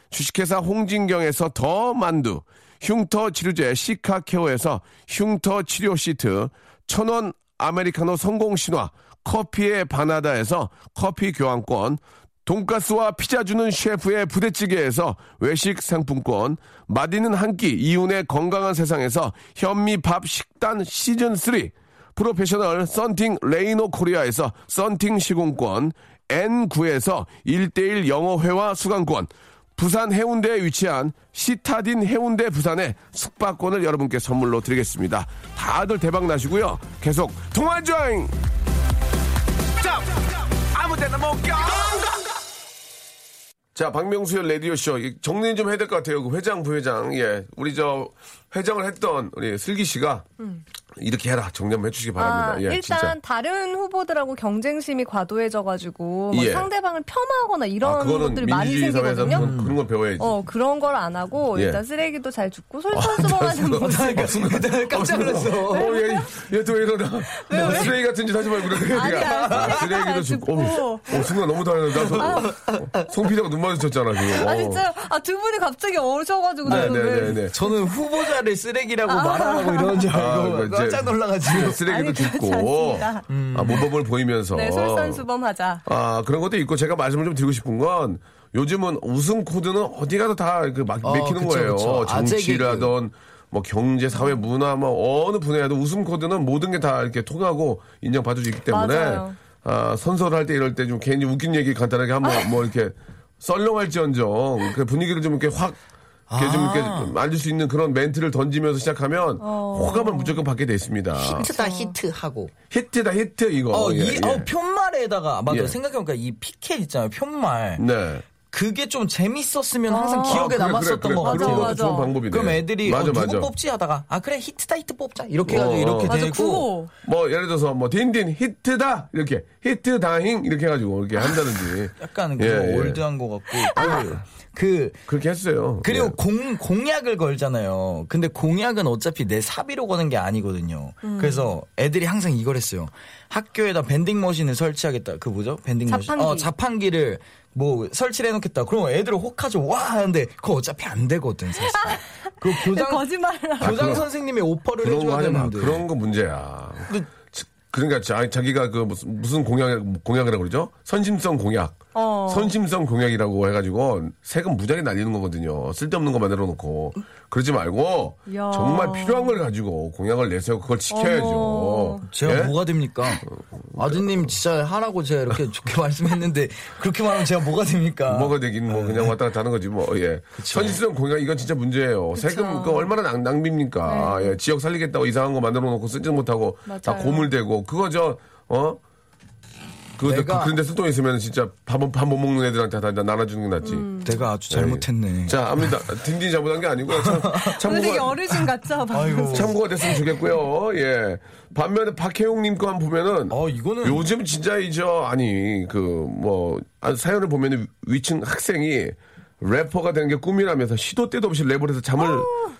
Speaker 2: 주식회사 홍진경에서 더 만두, 흉터 치료제 시카케어에서 흉터 치료 시트, 천원 아메리카노 성공 신화, 커피의 바나다에서 커피 교환권, 돈가스와 피자 주는 셰프의 부대찌개에서 외식 상품권, 맛있는 한 끼 이윤의 건강한 세상에서 현미밥 식단 시즌 3, 프로페셔널 썬팅 레이노 코리아에서 썬팅 시공권, N9에서 1대1 영어회화 수강권, 부산 해운대에 위치한 시타딘 해운대 부산의 숙박권을 여러분께 선물로 드리겠습니다. 다들 대박 나시고요. 계속 통화 조잉!
Speaker 1: 아무 데나 못 가!
Speaker 2: 자, 박명수의 라디오쇼. 이 정리 좀 해야 될 것 같아요. 그 회장, 부회장. 예. 우리 저 회장을 했던 우리 슬기 씨가 이렇게 해라. 정리 한번 해주시기 바랍니다.
Speaker 5: 아,
Speaker 2: 예,
Speaker 5: 일단
Speaker 2: 진짜.
Speaker 5: 다른 후보들하고 경쟁심이 과도해져가지고 막
Speaker 2: 예.
Speaker 5: 상대방을 폄하하거나
Speaker 2: 아,
Speaker 5: 이런
Speaker 2: 그거는
Speaker 5: 것들이 많이
Speaker 2: 민주주의 사회에서
Speaker 5: 생기거든요.
Speaker 2: 그건- 그런 걸 배워야지.
Speaker 5: 어 그런 걸 안 하고
Speaker 2: 예. 아,
Speaker 5: 일단 쓰레기도 잘 줍고 솔선수범하는 모습.
Speaker 6: 그때 깜짝
Speaker 2: 어,
Speaker 6: 놀랐어.
Speaker 2: 얘, 얘또 왜 이러나. 뭐 쓰레기 같은 짓 하지 말고 그래.
Speaker 5: 아니야, 쓰레기가
Speaker 2: 쓰레기도
Speaker 5: 안
Speaker 2: 줍고.
Speaker 5: 줍고.
Speaker 2: 어, 어, 순간 너무 다르다. 나 송피디하고 눈 마주쳤잖아, 지금.
Speaker 5: 아
Speaker 2: 어.
Speaker 5: 진짜요? 아두 분이 갑자기 오셔가지고
Speaker 2: 네,
Speaker 5: 저는
Speaker 2: 네,
Speaker 5: 왜-
Speaker 2: 네, 네.
Speaker 6: 저는 후보자를 쓰레기라고 말하라고 이러는 줄
Speaker 2: 아,
Speaker 6: 알고
Speaker 2: 이거 이제-
Speaker 6: 깜짝 놀라가지고.
Speaker 2: 네. 쓰레기도
Speaker 5: 아니, 그렇지
Speaker 2: 줍고.
Speaker 5: 않습니다.
Speaker 6: 음.
Speaker 2: 아, 모범을 보이면서.
Speaker 5: 네,
Speaker 2: 어.
Speaker 5: 솔선수범하자.
Speaker 2: 아, 그런 것도 있고 제가 말씀을 좀 드리고 싶은 건 요즘은 우승 코드는 어디 가도 다그막
Speaker 6: 어,
Speaker 2: 맥히는
Speaker 6: 그쵸,
Speaker 2: 거예요.
Speaker 6: 그쵸. 아재
Speaker 2: 정치라던 뭐 경제, 사회, 문화 뭐 어느 분야에도 우승 코드는 모든 게 다 이렇게 통하고 인정받을 수 있기 때문에
Speaker 5: 맞아요.
Speaker 2: 아, 선서를 할 때 이럴 때 좀 괜히 웃긴 얘기 간단하게 한번 뭐 이렇게 썰렁할지언정 그 분위기를 좀 이렇게 확 이렇게
Speaker 6: 아.
Speaker 2: 좀 이렇게 만들 수 있는 그런 멘트를 던지면서 시작하면
Speaker 5: 어.
Speaker 2: 호감을 무조건 받게 돼 있습니다.
Speaker 6: 히트다 히트하고.
Speaker 2: 히트다 히트 이거.
Speaker 6: 어,
Speaker 2: 아. 예,
Speaker 6: 이,
Speaker 2: 예.
Speaker 6: 어, 편말에다가, 맞아.
Speaker 2: 예.
Speaker 6: 생각해보니까 이 피켓 있잖아요. 편말.
Speaker 2: 네.
Speaker 6: 그게 좀 재밌었으면 항상
Speaker 2: 아,
Speaker 6: 기억에
Speaker 2: 그래,
Speaker 6: 남았었던
Speaker 2: 그래, 그래.
Speaker 6: 것
Speaker 2: 그런
Speaker 6: 같아요.
Speaker 2: 것도
Speaker 5: 맞아.
Speaker 2: 좋은 방법이네.
Speaker 6: 그럼 애들이
Speaker 2: 맞아,
Speaker 6: 어, 누구
Speaker 2: 맞아.
Speaker 6: 뽑지 하다가 아 그래 히트다 히트 뽑자 이렇게
Speaker 2: 어,
Speaker 6: 해가지고 이렇게
Speaker 2: 어.
Speaker 5: 맞아
Speaker 6: 되고
Speaker 5: 그거.
Speaker 2: 뭐 예를 들어서 뭐 딘딘 히트다 이렇게 히트 다잉 이렇게 해가지고 이렇게 한다든지
Speaker 6: 약간
Speaker 2: 예,
Speaker 6: 그런
Speaker 2: 예. 아.
Speaker 6: 올드한 것 같고 그- 그
Speaker 2: 그렇게 했어요. 예.
Speaker 6: 그리고 공, 공약을 걸잖아요. 근데 공약은 어차피 내 사비로 거는 게 아니거든요.
Speaker 5: 음.
Speaker 6: 그래서 애들이 항상 이걸 했어요. 학교에다 밴딩 머신을 설치하겠다. 그 뭐죠? 밴딩 머신.
Speaker 5: 자판기.
Speaker 6: 어, 자판기를 뭐 설치를 해놓겠다. 그럼 애들 혹하죠. 와 하는데 그거 어차피 안 되거든 사실. 그 교장
Speaker 5: 거짓말을 하고.
Speaker 6: 교장
Speaker 2: 그런-
Speaker 6: 선생님이
Speaker 2: 예.
Speaker 6: 오퍼를
Speaker 2: 그런 거
Speaker 6: 해줘야
Speaker 2: 하지 마.
Speaker 6: 되는데.
Speaker 2: 그런 거 문제야.
Speaker 6: 근데-
Speaker 2: 자- 그러니까 자, 자기가 그 무슨, 무슨 공약 공약이라고 그러죠? 선심성 공약.
Speaker 5: 어.
Speaker 2: 선심성 공약이라고 해가지고 세금 무지하게 날리는 거거든요. 쓸데없는 거 만들어 놓고 그러지 말고
Speaker 5: 야.
Speaker 2: 정말 필요한 걸 가지고 공약을 내세요. 그걸 지켜야죠.
Speaker 5: 어머.
Speaker 6: 제가
Speaker 2: 예?
Speaker 6: 뭐가 됩니까? 아드님 진짜 하라고 제가 이렇게 좋게 말씀했는데 그렇게 말하면 제가 뭐가 됩니까?
Speaker 2: 뭐가 되긴 뭐
Speaker 6: 아, 네.
Speaker 2: 그냥 왔다 갔다 하는 거지 뭐 예. 선지수성 공약 이건 진짜 문제예요. 세금 그 얼마나 낭- 낭비입니까?
Speaker 5: 네.
Speaker 2: 예. 지역 살리겠다고 이상한 거 만들어 놓고 쓰지 못하고 다
Speaker 5: 맞아요.
Speaker 2: 고물되고 그거 저 어? 그거
Speaker 6: 내가-
Speaker 2: 그런 데서 또 있으면 진짜 밥은 밥못 먹는 애들한테 다, 다 나눠주는 게 낫지.
Speaker 5: 음.
Speaker 2: 예.
Speaker 6: 내가 아주 잘못했네.
Speaker 2: 자, 압니다. 딘딘 잘못한 게 아니고요. 참,
Speaker 5: 오늘 되게
Speaker 2: 참고가,
Speaker 5: 어르신 같죠?
Speaker 6: 아이고.
Speaker 2: 참고가 됐으면 좋겠고요. 예. 반면에 박혜용님 거 한번 보면은
Speaker 6: 어 이거는
Speaker 2: 요즘 진짜 이제 아니 그 뭐 사연을 보면은 위층 학생이 래퍼가 되는 게 꿈이라면서 시도 때도 없이 랩을 해서 잠을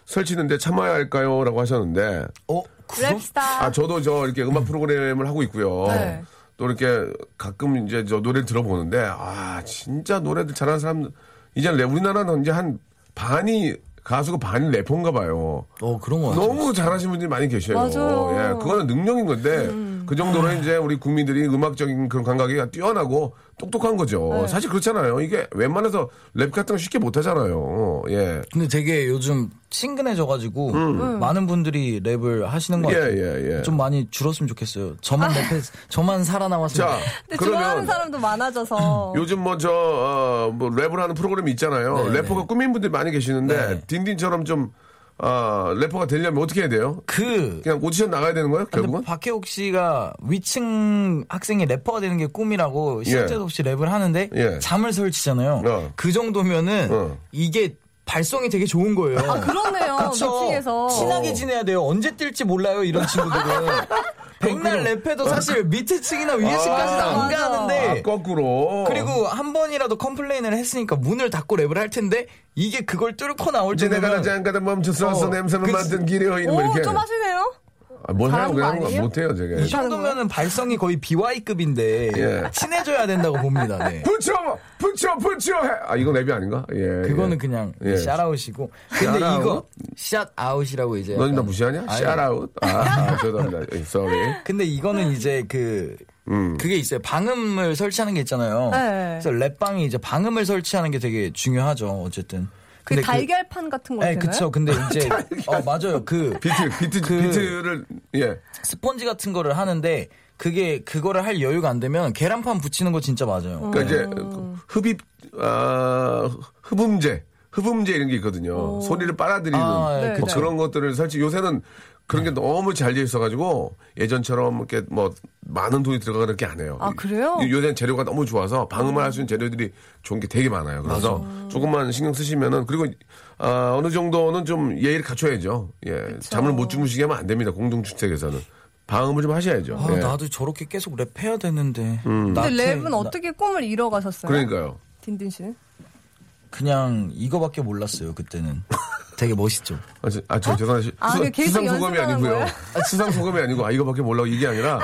Speaker 2: 설치는데 참아야 할까요라고 하셨는데
Speaker 6: 어 그거
Speaker 5: 랩스타.
Speaker 2: 아 저도 저 이렇게 음악 프로그램을 하고 있고요.
Speaker 5: 네.
Speaker 2: 또 이렇게 가끔 이제 저 노래를 들어보는데 아 진짜 노래들 잘하는 사람 이제 랩 우리나라는 이제 한 반이 가수가 반이 래퍼인가 봐요.
Speaker 6: 어 그런 거 같아.
Speaker 2: 너무 잘하시는 분들이 많이 계셔요.
Speaker 5: 맞아요. 음. 아.
Speaker 2: 예, 그거는 능력인 건데 그 정도로 이제 우리 국민들이 음악적인 그런 감각이 뛰어나고 똑똑한 거죠.
Speaker 5: 네.
Speaker 2: 사실 그렇잖아요. 이게 웬만해서 랩 같은 거 쉽게 못 하잖아요. 예.
Speaker 6: 근데 되게 요즘 친근해져가지고 많은 분들이 랩을 하시는 것
Speaker 2: 음. 예,
Speaker 6: 같아요.
Speaker 2: 예, 예.
Speaker 6: 좀 많이 줄었으면 좋겠어요. 저만
Speaker 5: 아.
Speaker 6: 랩해, 저만 살아남았으면.
Speaker 2: 자,
Speaker 6: 좋겠어요.
Speaker 5: 근데 좋아하는
Speaker 2: 그러면
Speaker 5: 사람도 많아져서.
Speaker 2: 요즘 뭐 저 뭐 랩을 하는 프로그램이 있잖아요. 래퍼가 꾸민 분들이 많이 계시는데
Speaker 6: 네.
Speaker 2: 딘딘처럼 좀 아, 래퍼가 되려면 어떻게 해야 돼요?
Speaker 6: 그
Speaker 2: 그냥 오디션 나가야 되는 거예요?
Speaker 6: 근데
Speaker 2: 결국은?
Speaker 6: 박혜옥 씨가 위층 학생이 래퍼가 되는 게 꿈이라고 실제도 없이 랩을 하는데
Speaker 2: 예.
Speaker 6: 잠을 설치잖아요.
Speaker 2: 어.
Speaker 6: 그 정도면은
Speaker 2: 어.
Speaker 6: 이게 발성이 되게 좋은 거예요.
Speaker 5: 아, 그러네요. 미팅에서.
Speaker 6: 친하게 지내야 돼요. 언제 뛸지 몰라요. 이런 친구들은. 백날 랩해도 사실 밑에 층이나 위에 층까지는
Speaker 5: 아,
Speaker 6: 안
Speaker 5: 맞아.
Speaker 2: 아,
Speaker 6: 가는데
Speaker 2: 거꾸로.
Speaker 6: 그리고 한 번이라도 컴플레인을 했으니까 문을 닫고 랩을 할 텐데 이게 그걸 뚫고 나올
Speaker 2: 이제 내가
Speaker 6: 정도면
Speaker 2: 나지 않가다 멈춰서
Speaker 6: 어,
Speaker 2: 냄새만
Speaker 6: 그치.
Speaker 2: 맡은 길에 허인 뭐
Speaker 5: 오,
Speaker 2: 이렇게.
Speaker 5: 좀 하시네요?
Speaker 2: 아, 뭘 하라고
Speaker 5: 잘하는 거
Speaker 2: 그냥 하는 거
Speaker 5: 아니에요?
Speaker 2: 못해요, 제가.
Speaker 6: 이
Speaker 5: 네.
Speaker 6: 정도면은 발성이 거의 BY급인데
Speaker 2: 예.
Speaker 6: 친해져야 된다고 봅니다. 네.
Speaker 2: 붙여! 붙여! 붙여! 해! 아, 이건 랩이 아닌가? 예.
Speaker 6: 그거는
Speaker 2: 예.
Speaker 6: 그냥
Speaker 2: 예.
Speaker 6: 샷아웃이고 근데
Speaker 2: 샷아웃?
Speaker 6: 이거 샷아웃이라고 이제
Speaker 2: 너는 나
Speaker 6: 약간-
Speaker 2: 무시하냐?
Speaker 6: 아니,
Speaker 2: 샤라웃. 아, 아, 죄송합니다. 예, sorry.
Speaker 6: 근데
Speaker 5: 네.
Speaker 6: 이거는 이제 그
Speaker 2: 음.
Speaker 6: 그게 있어요. 방음을 설치하는 게 있잖아요.
Speaker 5: 네.
Speaker 6: 그래서 랩방이 이제 방음을 설치하는 게 되게 중요하죠. 어쨌든.
Speaker 5: 그 달걀판 같은 거
Speaker 6: 네,
Speaker 5: 되나요?
Speaker 6: 그쵸. 근데 이제 어 맞아요. 그
Speaker 2: 비트, 비트,
Speaker 6: 그-
Speaker 2: 비트를, 예.
Speaker 6: 스펀지 같은 거를 하는데 그게 그거를 할 여유가 안 되면 계란판 붙이는 거 진짜 맞아요.
Speaker 5: 어.
Speaker 2: 그러니까 이제 흡입 아, 흡음제 흡음제 이런 게 있거든요. 소리를 빨아들이는
Speaker 6: 아, 네,
Speaker 2: 뭐
Speaker 6: 그쵸.
Speaker 2: 그런 것들을 설치 요새는 그런 게 너무 잘 돼 있어가지고 예전처럼 이렇게 뭐 많은 돈이 들어가는 게 안 해요.
Speaker 5: 아, 그래요?
Speaker 2: 요- 요새는 재료가 너무 좋아서 방음을 할 수 있는 재료들이 좋은 게 되게 많아요. 그래서 조금만 신경 쓰시면은 그리고 아, 어느 정도는 좀 예의를 갖춰야죠. 예, 잠을 못 주무시게 하면 안 됩니다. 공동주택에서는 방음을 좀 하셔야죠.
Speaker 6: 아,
Speaker 2: 예.
Speaker 6: 나도 저렇게 계속 랩해야 되는데.
Speaker 2: 음.
Speaker 5: 근데
Speaker 6: 나한테
Speaker 5: 랩은
Speaker 6: 나-
Speaker 5: 어떻게 꿈을 이뤄가셨어요?
Speaker 2: 그러니까요.
Speaker 5: 딘딘 씨는?
Speaker 6: 그냥 이거밖에 몰랐어요, 그때는. 되게 멋있죠.
Speaker 2: 아, 저, 아, 저 죄송해요.
Speaker 5: 아,
Speaker 2: 수상,
Speaker 5: 그게 계속
Speaker 2: 수상 소감이
Speaker 5: 연습하는
Speaker 2: 아니고요.
Speaker 5: 거예요?
Speaker 2: 아, 수상 소감이 아니고 아 이거밖에 몰라 이게 아니라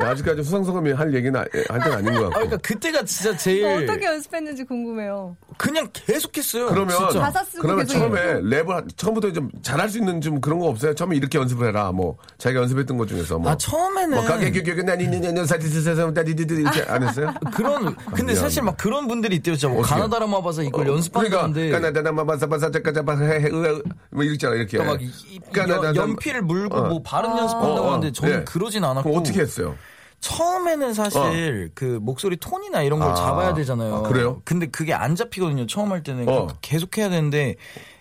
Speaker 2: 예, 아직까지 수상 소감이 할 얘기는 아- 예, 할 때는 아닌 것
Speaker 6: 아, 그러니까
Speaker 2: 같고.
Speaker 6: 그때가 진짜 제일
Speaker 5: 어떻게 연습했는지 궁금해요.
Speaker 6: 그냥 계속했어요.
Speaker 2: 그러면
Speaker 6: 진짜.
Speaker 5: 가사 쓰고
Speaker 2: 그러면
Speaker 5: 계속
Speaker 2: 처음에 랩을 하- 처음부터 좀 잘할 수 있는 좀 그런 거 없어요? 처음에 이렇게 연습을 해라. 뭐 자기가 연습했던 것 중에서 뭐.
Speaker 6: 아, 처음에는
Speaker 2: 뭐 가게 기억이 나니 니니 사디스세상 다디디디 이렇게 안 했어요?
Speaker 6: 그런 근데 사실 막 그런 분들이 있대요. 진짜 뭐
Speaker 2: 어떻게?
Speaker 6: 가나다라 마봐서 이걸
Speaker 2: 그러니까
Speaker 6: 연습하는데
Speaker 2: 까나다나 마바사바사 짜까짜바 해뭐 이렇잖아 이렇게.
Speaker 6: 막 이- 이- 연- 연필을 물고
Speaker 2: 어.
Speaker 6: 뭐 발음 연습한다고 하는데 저는
Speaker 2: 예.
Speaker 6: 그러진 않았고
Speaker 2: 그럼 어떻게 했어요? 어.
Speaker 6: 처음에는 사실 그 목소리 톤이나 이런 걸
Speaker 2: 아,
Speaker 6: 잡아야 되잖아요.
Speaker 2: 아, 그래요?
Speaker 6: 근데 그게 안 잡히거든요. 처음 할 때는
Speaker 2: 어.
Speaker 6: 계속 해야 되는데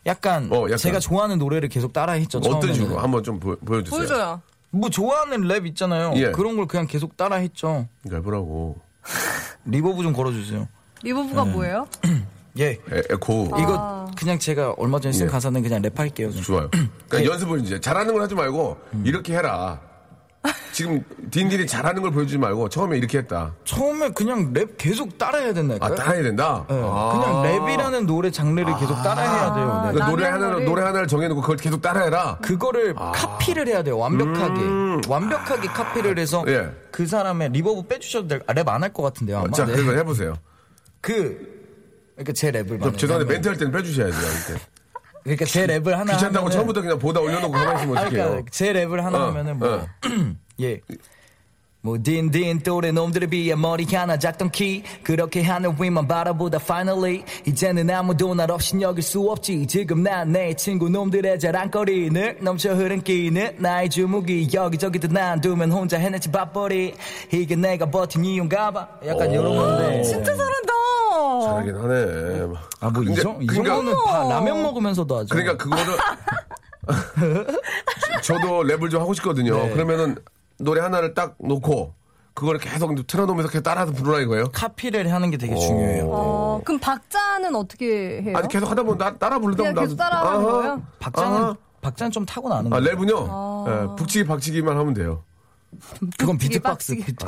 Speaker 6: 약간,
Speaker 2: 어, 약간.
Speaker 6: 제가 좋아하는 노래를 계속 따라했죠.
Speaker 2: 어떤
Speaker 6: 처음에는.
Speaker 2: 식으로 한번 좀 보여, 보여주세요.
Speaker 5: 보여줘요.
Speaker 6: 뭐 좋아하는 랩 있잖아요.
Speaker 2: 예.
Speaker 6: 그런 걸 그냥 계속 따라했죠.
Speaker 2: 그러니까 랩보라고
Speaker 6: 리버브 좀 걸어주세요.
Speaker 5: 리버브가
Speaker 2: 네.
Speaker 5: 뭐예요?
Speaker 6: 예.
Speaker 2: 에- 에코
Speaker 6: 이거 그냥 제가 얼마 전에 쓴
Speaker 2: 예.
Speaker 6: 가사는 그냥 랩할게요. 좀.
Speaker 2: 좋아요. 그러니까
Speaker 6: 네.
Speaker 2: 연습을 이제 잘하는 걸 하지 말고
Speaker 6: 음.
Speaker 2: 이렇게 해라. 지금 딘딘이 잘하는 걸 보여주지 말고 처음에 이렇게 했다.
Speaker 6: 처음에 그냥 랩 계속 따라해야 된다니까요.
Speaker 2: 아 따라해야 된다.
Speaker 6: 네.
Speaker 2: 아.
Speaker 6: 그냥 랩이라는 노래 장르를 계속 따라해야 돼요. 네.
Speaker 2: 그러니까 노래
Speaker 5: 라면
Speaker 2: 하나
Speaker 5: 노래.
Speaker 2: 노래 하나를 정해놓고 그걸 계속 따라해라.
Speaker 6: 그거를
Speaker 2: 아.
Speaker 6: 카피를 해야 돼요. 완벽하게. 완벽하게 카피를 해서
Speaker 2: 음. 예.
Speaker 6: 그 사람의 리버브 빼주셔도 될, 아, 랩 안 할 것 같은데요. 아마.
Speaker 2: 자
Speaker 6: 네.
Speaker 2: 그걸 해보세요.
Speaker 6: 그, 그러니까 제 랩을.
Speaker 2: 저,
Speaker 6: 만약에
Speaker 2: 죄송한데
Speaker 6: 하면-
Speaker 2: 멘트 할 때는 빼주셔야죠. 이렇게.
Speaker 6: 그러니까 제 랩을 하나.
Speaker 2: 귀찮다고
Speaker 6: 하면은-
Speaker 2: 처음부터 그냥 보다 올려놓고 가만히 있으면
Speaker 6: 아,
Speaker 2: 어떡해요.
Speaker 6: 그러니까 제 랩을 하나
Speaker 2: 어,
Speaker 6: 하면은 뭐.
Speaker 2: 어.
Speaker 6: 예. 뭐 딘딘 또래 놈들에 비해 머리 하나 작던 키 그렇게 하늘 위만 바라보다 finally 이제는 아무도 날 없인 여길 수 없지 지금 난 내 친구 놈들의 자랑거리 늘 넘쳐 흐른 끼는 나의 주무기 여기저기도 난 두면 혼자 해냈지 밥벌이 이게 내가 버틴 이유인가 봐 약간 이런 건데
Speaker 5: 진짜 잘한다.
Speaker 2: 잘하긴 하네.
Speaker 6: 아뭐 이
Speaker 2: 근데
Speaker 6: 정도는
Speaker 2: 그러니까-
Speaker 6: 라면 먹으면서도 하죠
Speaker 2: 그러니까 그거를
Speaker 5: 네.
Speaker 2: 저- 저도 랩을 좀 하고 싶거든요. 그러면은 노래 하나를 딱 놓고 그걸 계속 틀어놓으면서 계속 따라서 부르라 이거예요?
Speaker 6: 카피를 하는 게 되게
Speaker 2: 오.
Speaker 6: 중요해요.
Speaker 5: 어, 그럼 박자는 어떻게 해요?
Speaker 2: 아니 계속 하다 보면 나, 따라 부르다 보면
Speaker 5: 그냥 계속 따라하는
Speaker 2: 아하.
Speaker 5: 거예요?
Speaker 6: 박자는
Speaker 2: 아하.
Speaker 6: 박자는 좀 타고 나는
Speaker 2: 아,
Speaker 6: 거예요.
Speaker 2: 랩은요? 예, 북치기 박치기만 하면 돼요. 아,
Speaker 6: 그건
Speaker 5: 북치기,
Speaker 6: 비트박스.
Speaker 5: 박치기.
Speaker 6: 비트-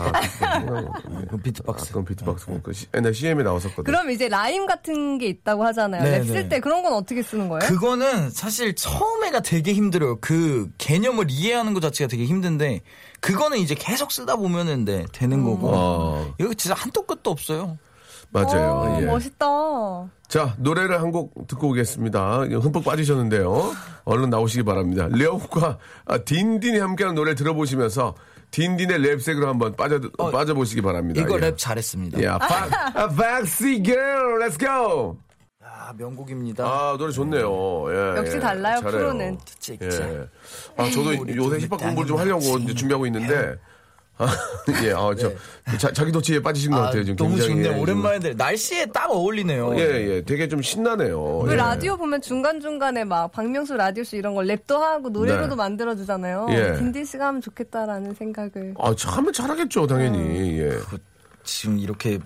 Speaker 6: 그건 비트박스.
Speaker 2: 그건 비트박스고 그 시- 옛날 CM에 나왔었거든.
Speaker 5: 그럼 이제 라임 같은 게 있다고 하잖아요.
Speaker 6: 네,
Speaker 5: 랩 쓸
Speaker 6: 네.
Speaker 5: 때 그런 건 어떻게 쓰는 거예요?
Speaker 6: 그거는 사실 처음에가 되게 힘들어요. 그 개념을 이해하는 것 자체가 되게 힘든데 그거는 이제 계속 쓰다 보면은 네, 되는 거고.
Speaker 2: 어,
Speaker 6: 여기 진짜 한도 끝도 없어요.
Speaker 2: 맞아요.
Speaker 5: 어,
Speaker 2: 예.
Speaker 5: 멋있다.
Speaker 2: 자 노래를 한 곡 듣고 오겠습니다. 흠뻑 빠지셨는데요. 얼른 나오시기 바랍니다. 레오과 아, 딘딘이 함께하는 노래 들어보시면서 딘딘의 랩색으로 한번 빠져 빠져보시기 바랍니다.
Speaker 6: 어, 이거
Speaker 2: 예.
Speaker 6: 랩 잘했습니다.
Speaker 2: 야, 박박시 girl, let's go.
Speaker 6: 아, 명곡입니다.
Speaker 2: 아 노래 좋네요. 예,
Speaker 5: 역시
Speaker 2: 예,
Speaker 5: 달라요,
Speaker 2: 잘해요.
Speaker 5: 프로는.
Speaker 6: 진짜, 진짜.
Speaker 2: 예. 아 저도 요새 힙합 공부를 좀 하려고 이제 준비하고 있는데. 아, 예, 아, 저, 자, 자기 도취에 빠지신 것
Speaker 6: 네. 아,
Speaker 2: 같아요, 지금.
Speaker 6: 너무
Speaker 2: 굉장히.
Speaker 6: 좋네요.
Speaker 2: 예,
Speaker 6: 오랜만에 들 날씨에 딱 어울리네요.
Speaker 2: 지금. 예, 예, 되게 좀 신나네요.
Speaker 5: 왜
Speaker 2: 예.
Speaker 5: 라디오 보면 중간중간에 막 박명수 라디오쇼 이런 걸 랩도 하고 노래로도
Speaker 2: 네.
Speaker 5: 만들어주잖아요.
Speaker 2: 예.
Speaker 5: 딘딘 씨가 하면 좋겠다라는 생각을.
Speaker 2: 아, 참, 하면 잘하겠죠, 당연히.
Speaker 6: 어,
Speaker 2: 예.
Speaker 6: 지금 이렇게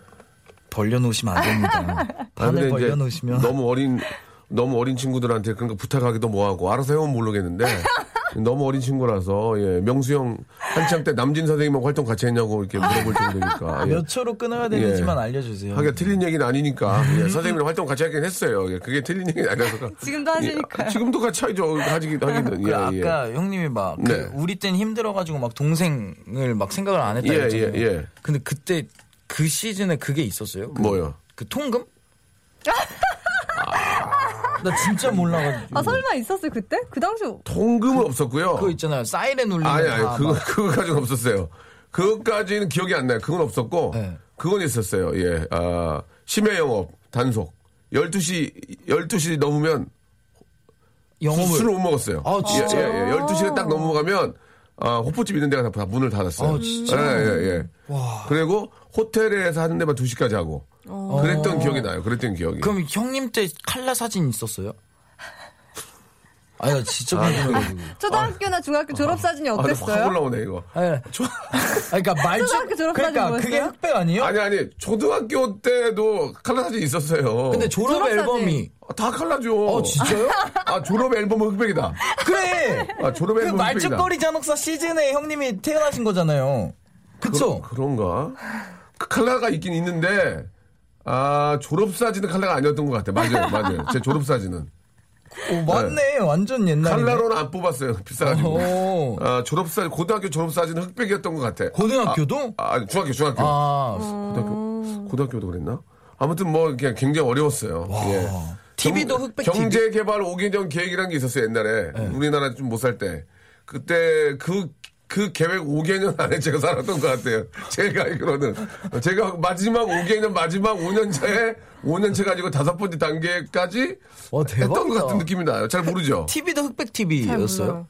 Speaker 6: 벌려놓으시면 안 됩니다.
Speaker 2: 아, 근데
Speaker 6: 반을
Speaker 2: 이제
Speaker 6: 벌려놓으시면
Speaker 2: 너무 어린 너무 어린 친구들한테 그러니까 부탁하기도 뭐하고 알아서 해오면 모르겠는데 너무 어린 친구라서 예 명수 형 한창 때 남진 선생님하고 활동 같이 했냐고 이렇게 물어볼 정도니까 예.
Speaker 6: 몇 초로 끊어야 되는지만 알려주세요.
Speaker 2: 하기가 틀린 얘기는 아니니까
Speaker 6: 음.
Speaker 2: 예, 선생님이랑 활동 같이 하긴 했어요 예, 그게 틀린 얘기는 아니라서
Speaker 5: 지금도 하시니까요.
Speaker 2: 예, 지금도 같이 하죠 하긴 하긴
Speaker 6: 그
Speaker 2: 예, 예.
Speaker 6: 아까 형님이 막 그
Speaker 2: 네.
Speaker 6: 우리 땐 힘들어가지고 막 동생을 막 생각을 안 했다
Speaker 2: 예,
Speaker 6: 했잖아요.
Speaker 2: 예, 예.
Speaker 6: 근데 그때 그 시즌에 그게 있었어요. 그,
Speaker 2: 뭐요
Speaker 6: 그 통금? 나 진짜 몰라가지고.
Speaker 5: 아, 설마 있었어요, 그때? 그 당시.
Speaker 2: 통금은 없었고요
Speaker 6: 그거 있잖아요. 사이렌 울리는
Speaker 2: 아니,
Speaker 6: 거
Speaker 2: 아니,
Speaker 6: 막
Speaker 2: 그거, 그거까지는 없었어요. 그것까지는 기억이 안 나요. 그건 없었고,
Speaker 6: 네.
Speaker 2: 그건 있었어요. 예, 아, 심야 영업, 단속. 12시, 12시 넘으면
Speaker 6: 영업을.
Speaker 2: 술을 못 먹었어요.
Speaker 6: 아, 진짜요?
Speaker 2: 예, 예, 예. 12시를 딱 넘어가면, 아, 호프집 있는 데가 다 문을 닫았어요.
Speaker 6: 아, 진짜?
Speaker 2: 예, 예, 예. 그리고 호텔에서 하는 데만 2시까지 하고. 그랬던 기억이 나요. 그랬던 기억이.
Speaker 6: 어. 그럼 형님 때 칼라 사진 있었어요? 아니, 나 진짜 궁금해가지고.
Speaker 5: 초등학교나 중학교 졸업사진이
Speaker 2: 아, 나확
Speaker 5: 어땠어요?
Speaker 2: 올라오네, 이거.
Speaker 6: 아니, 아니, 그러니까 말주
Speaker 5: 초등학교 졸업
Speaker 6: 그러니까
Speaker 5: 사진
Speaker 6: 그게
Speaker 5: 뭐였어요?
Speaker 6: 흑백 아니에요?
Speaker 2: 아니, 아니, 초등학교 때도 칼라 사진 있었어요.
Speaker 6: 근데 졸업,
Speaker 5: 졸업 사진.
Speaker 6: 앨범이
Speaker 2: 아, 다 칼라죠.
Speaker 6: 어 진짜요?
Speaker 2: 아 졸업 앨범은 흑백이다.
Speaker 6: 그래.
Speaker 2: 아 졸업
Speaker 6: 그
Speaker 2: 앨범 은 흑백이다.
Speaker 6: 말죽거리 잔혹사 시즌에 형님이 태어나신 거잖아요. 그쵸?
Speaker 2: 그런가? 그 칼라가 있긴 있는데 아 졸업 사진은 칼라가 아니었던 것 같아. 맞아요, 맞아요. 제 졸업 사진은
Speaker 6: 오, 맞네. 네. 완전 옛날에.
Speaker 2: 칼라로는 안 뽑았어요. 비싸가지고.
Speaker 6: 오.
Speaker 2: 아 졸업 사진 고등학교 졸업 사진은 흑백이었던 것 같아.
Speaker 6: 고등학교도?
Speaker 2: 아 아니, 중학교 중학교
Speaker 6: 아, 음.
Speaker 2: 고등학교 고등학교도 그랬나? 아무튼 뭐 그냥 굉장히 어려웠어요. 예.
Speaker 6: TV 도
Speaker 2: 경-
Speaker 6: 흑백
Speaker 2: 경제 개발 5개년 계획이라는 게 있었어요 옛날에
Speaker 6: 네.
Speaker 2: 우리나라 좀 못 살 때. 그때 그 그 계획 5개년 안에 제가 살았던 것 같아요. 제가 알기로는 제가 마지막 5개년 마지막 5년차에 5년차 가지고 다섯 번째 단계까지
Speaker 6: 와, 대박이다.
Speaker 2: 했던 것 같은 느낌이 나요. 잘 모르죠.
Speaker 6: TV도 흑백
Speaker 5: 잘 몰라요.
Speaker 6: TV였어요?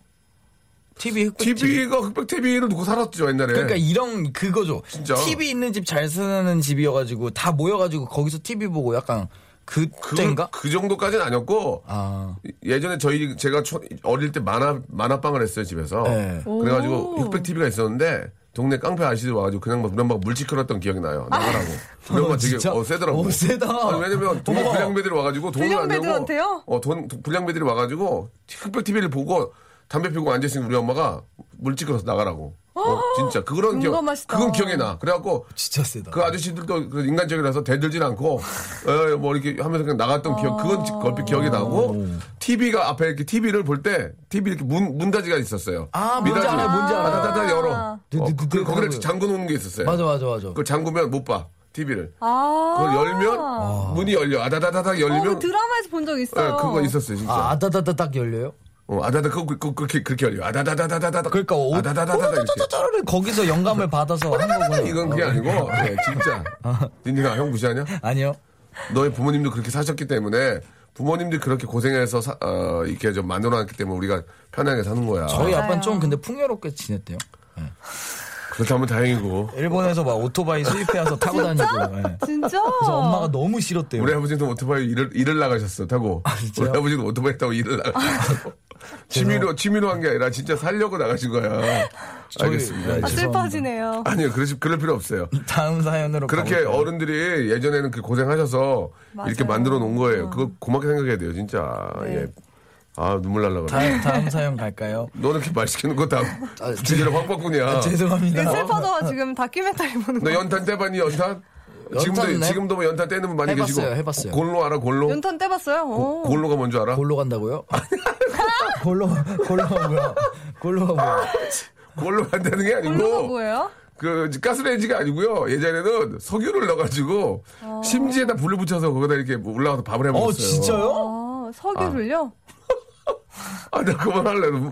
Speaker 6: TV 흑백 TV.
Speaker 2: TV가 흑백 TV를 놓고 살았죠 옛날에.
Speaker 6: 그러니까 이런 그거죠.
Speaker 2: 진짜.
Speaker 6: TV 있는 집 잘 사는 집이어가지고 다 모여가지고 거기서 TV 보고 약간 그때인가?
Speaker 2: 그, 그 정도까지는 아니었고
Speaker 6: 아,
Speaker 2: 예전에 저희 제가 초- 어릴 때 만화 만화방을 했어요 집에서
Speaker 6: 네.
Speaker 2: 그래가지고 흑백 TV가 있었는데 동네 깡패 아저씨들 와가지고 그냥 막 우리 엄마 물질 끌었던 기억이 나요 나가라고 우리 엄마 되게
Speaker 6: 진짜?
Speaker 2: 어 세더라고
Speaker 6: 어, 세다.
Speaker 2: 아니, 왜냐면 동네
Speaker 6: 우와.
Speaker 2: 불량배들이 와가지고 돈을 안 내고
Speaker 5: 불량배들한테요?
Speaker 2: 어돈 불량배들이 와가지고 흑백 TV를 보고 담배 피우고 앉아있으니 우리 엄마가 물질 끌어서 나가라고 어, 진짜 그런 기억
Speaker 5: 뭔가 맛있다.
Speaker 2: 그건 기억이 나 그래갖고
Speaker 6: 진짜 세다.
Speaker 2: 그 아저씨들도 그 인간적이라서 대들진 않고 에, 뭐 이렇게 하면서 그냥 나갔던 기억 그건 지- 얼핏 기억이 나고 TV가 앞에 이렇게 TV를 볼 때 TV 이렇게 문 문닫이가 있었어요.
Speaker 6: 아, 뭔지
Speaker 2: 미닫이.
Speaker 6: 알아요, 뭔지 알아요.
Speaker 2: 따다다다 열어.
Speaker 6: 네, 네, 네,
Speaker 2: 그
Speaker 6: 네,
Speaker 2: 거기를
Speaker 6: 네.
Speaker 2: 잠궈 놓는 게 있었어요.
Speaker 6: 맞아, 맞아, 맞아.
Speaker 2: 그걸 잠그면 못 봐. TV를.
Speaker 5: 아.
Speaker 2: 그걸 열면 문이 열려. 아다다다다
Speaker 5: 어,
Speaker 2: 열리면
Speaker 5: 그 드라마에서 본 적
Speaker 2: 예,
Speaker 5: 있어요.
Speaker 2: 그거 있었어요, 진짜.
Speaker 6: 아, 아다다다 딱 열려요?
Speaker 2: 어, 아다다 그거 그, 그, 그렇게 그렇게 열려. 아다다다다다다.
Speaker 6: 그러니까 오-
Speaker 2: 아다다다다다 이렇게.
Speaker 6: 쪼쪼쪼쪼를 거기서 영감을 받아서 한 거구나.
Speaker 2: 이건 그게 아니고 예, 진짜. 니네가 형 무시하냐?
Speaker 6: 아니요.
Speaker 2: 너희 부모님도 그렇게 사셨기 때문에 부모님들이 그렇게 고생해서 사- 어, 이렇게 좀 만들어놨기 때문에 우리가 편하게 사는 거야.
Speaker 6: 저희 아빠는 좀 근데 풍요롭게 지냈대요.
Speaker 2: 그렇다면 다행이고.
Speaker 6: 일본에서 막 오토바이 수입해와서 타고 다니고. 예.
Speaker 5: 진짜?
Speaker 6: 그래서 엄마가 너무 싫었대요.
Speaker 2: 우리 아버지도 오토바이 일을, 일을 나가셨어 타고.
Speaker 6: 진짜요?
Speaker 2: 우리 아버지도 오토바이 타고 일을 나가셨어. 취미로 취미로 한 게 아니라 진짜 살려고 나가신 거야.
Speaker 6: 저희-
Speaker 2: 알겠습니다.
Speaker 6: 네,
Speaker 5: 아, 슬퍼지네요.
Speaker 2: 아니요, 그러시 그럴 필요 없어요.
Speaker 6: 다음 사연으로
Speaker 2: 그렇게
Speaker 6: 가볼까요?
Speaker 2: 어른들이 예전에는 그 고생하셔서 이렇게
Speaker 5: 맞아요.
Speaker 2: 만들어 놓은 거예요. 그거 고맙게 생각해야 돼요, 진짜.
Speaker 5: 네.
Speaker 2: 예. 아 눈물 날라 그래.
Speaker 6: 다음, 다음 사연 갈까요?
Speaker 2: 너는 이렇게 말 시키는 거다
Speaker 6: 아,
Speaker 2: 주제로 황바꾼이야.
Speaker 6: 죄송합니다.
Speaker 5: 이거 슬퍼서 지금 다큐멘터리 보는
Speaker 2: 너
Speaker 5: 거.
Speaker 2: 연탄 떼봤니 연탄? 지금도
Speaker 6: 연탄은 해-
Speaker 2: 지금도 뭐 연탄 떼는 분 많이
Speaker 6: 해봤어요,
Speaker 2: 계시고.
Speaker 6: 해봤어요.
Speaker 2: 골로 알아 골로.
Speaker 5: 연탄 떼봤어요? 오.
Speaker 2: 골로가 뭔 줄 알아?
Speaker 6: 골로 간다고요? 골로 골로가 뭐야? 골로가 뭐야?
Speaker 2: 골로 안 되는 게
Speaker 5: 골로가
Speaker 2: 아니고
Speaker 5: 뭐예요?
Speaker 2: 그 가스레인지가 아니고요. 예전에는 석유를 넣어가지고 심지에다 불을 붙여서 거기다 이렇게 올라가서 밥을 해 먹었어요.
Speaker 6: 어
Speaker 5: 아,
Speaker 6: 진짜요?
Speaker 5: 석유를요?
Speaker 2: 아, 나 그만할래. 나-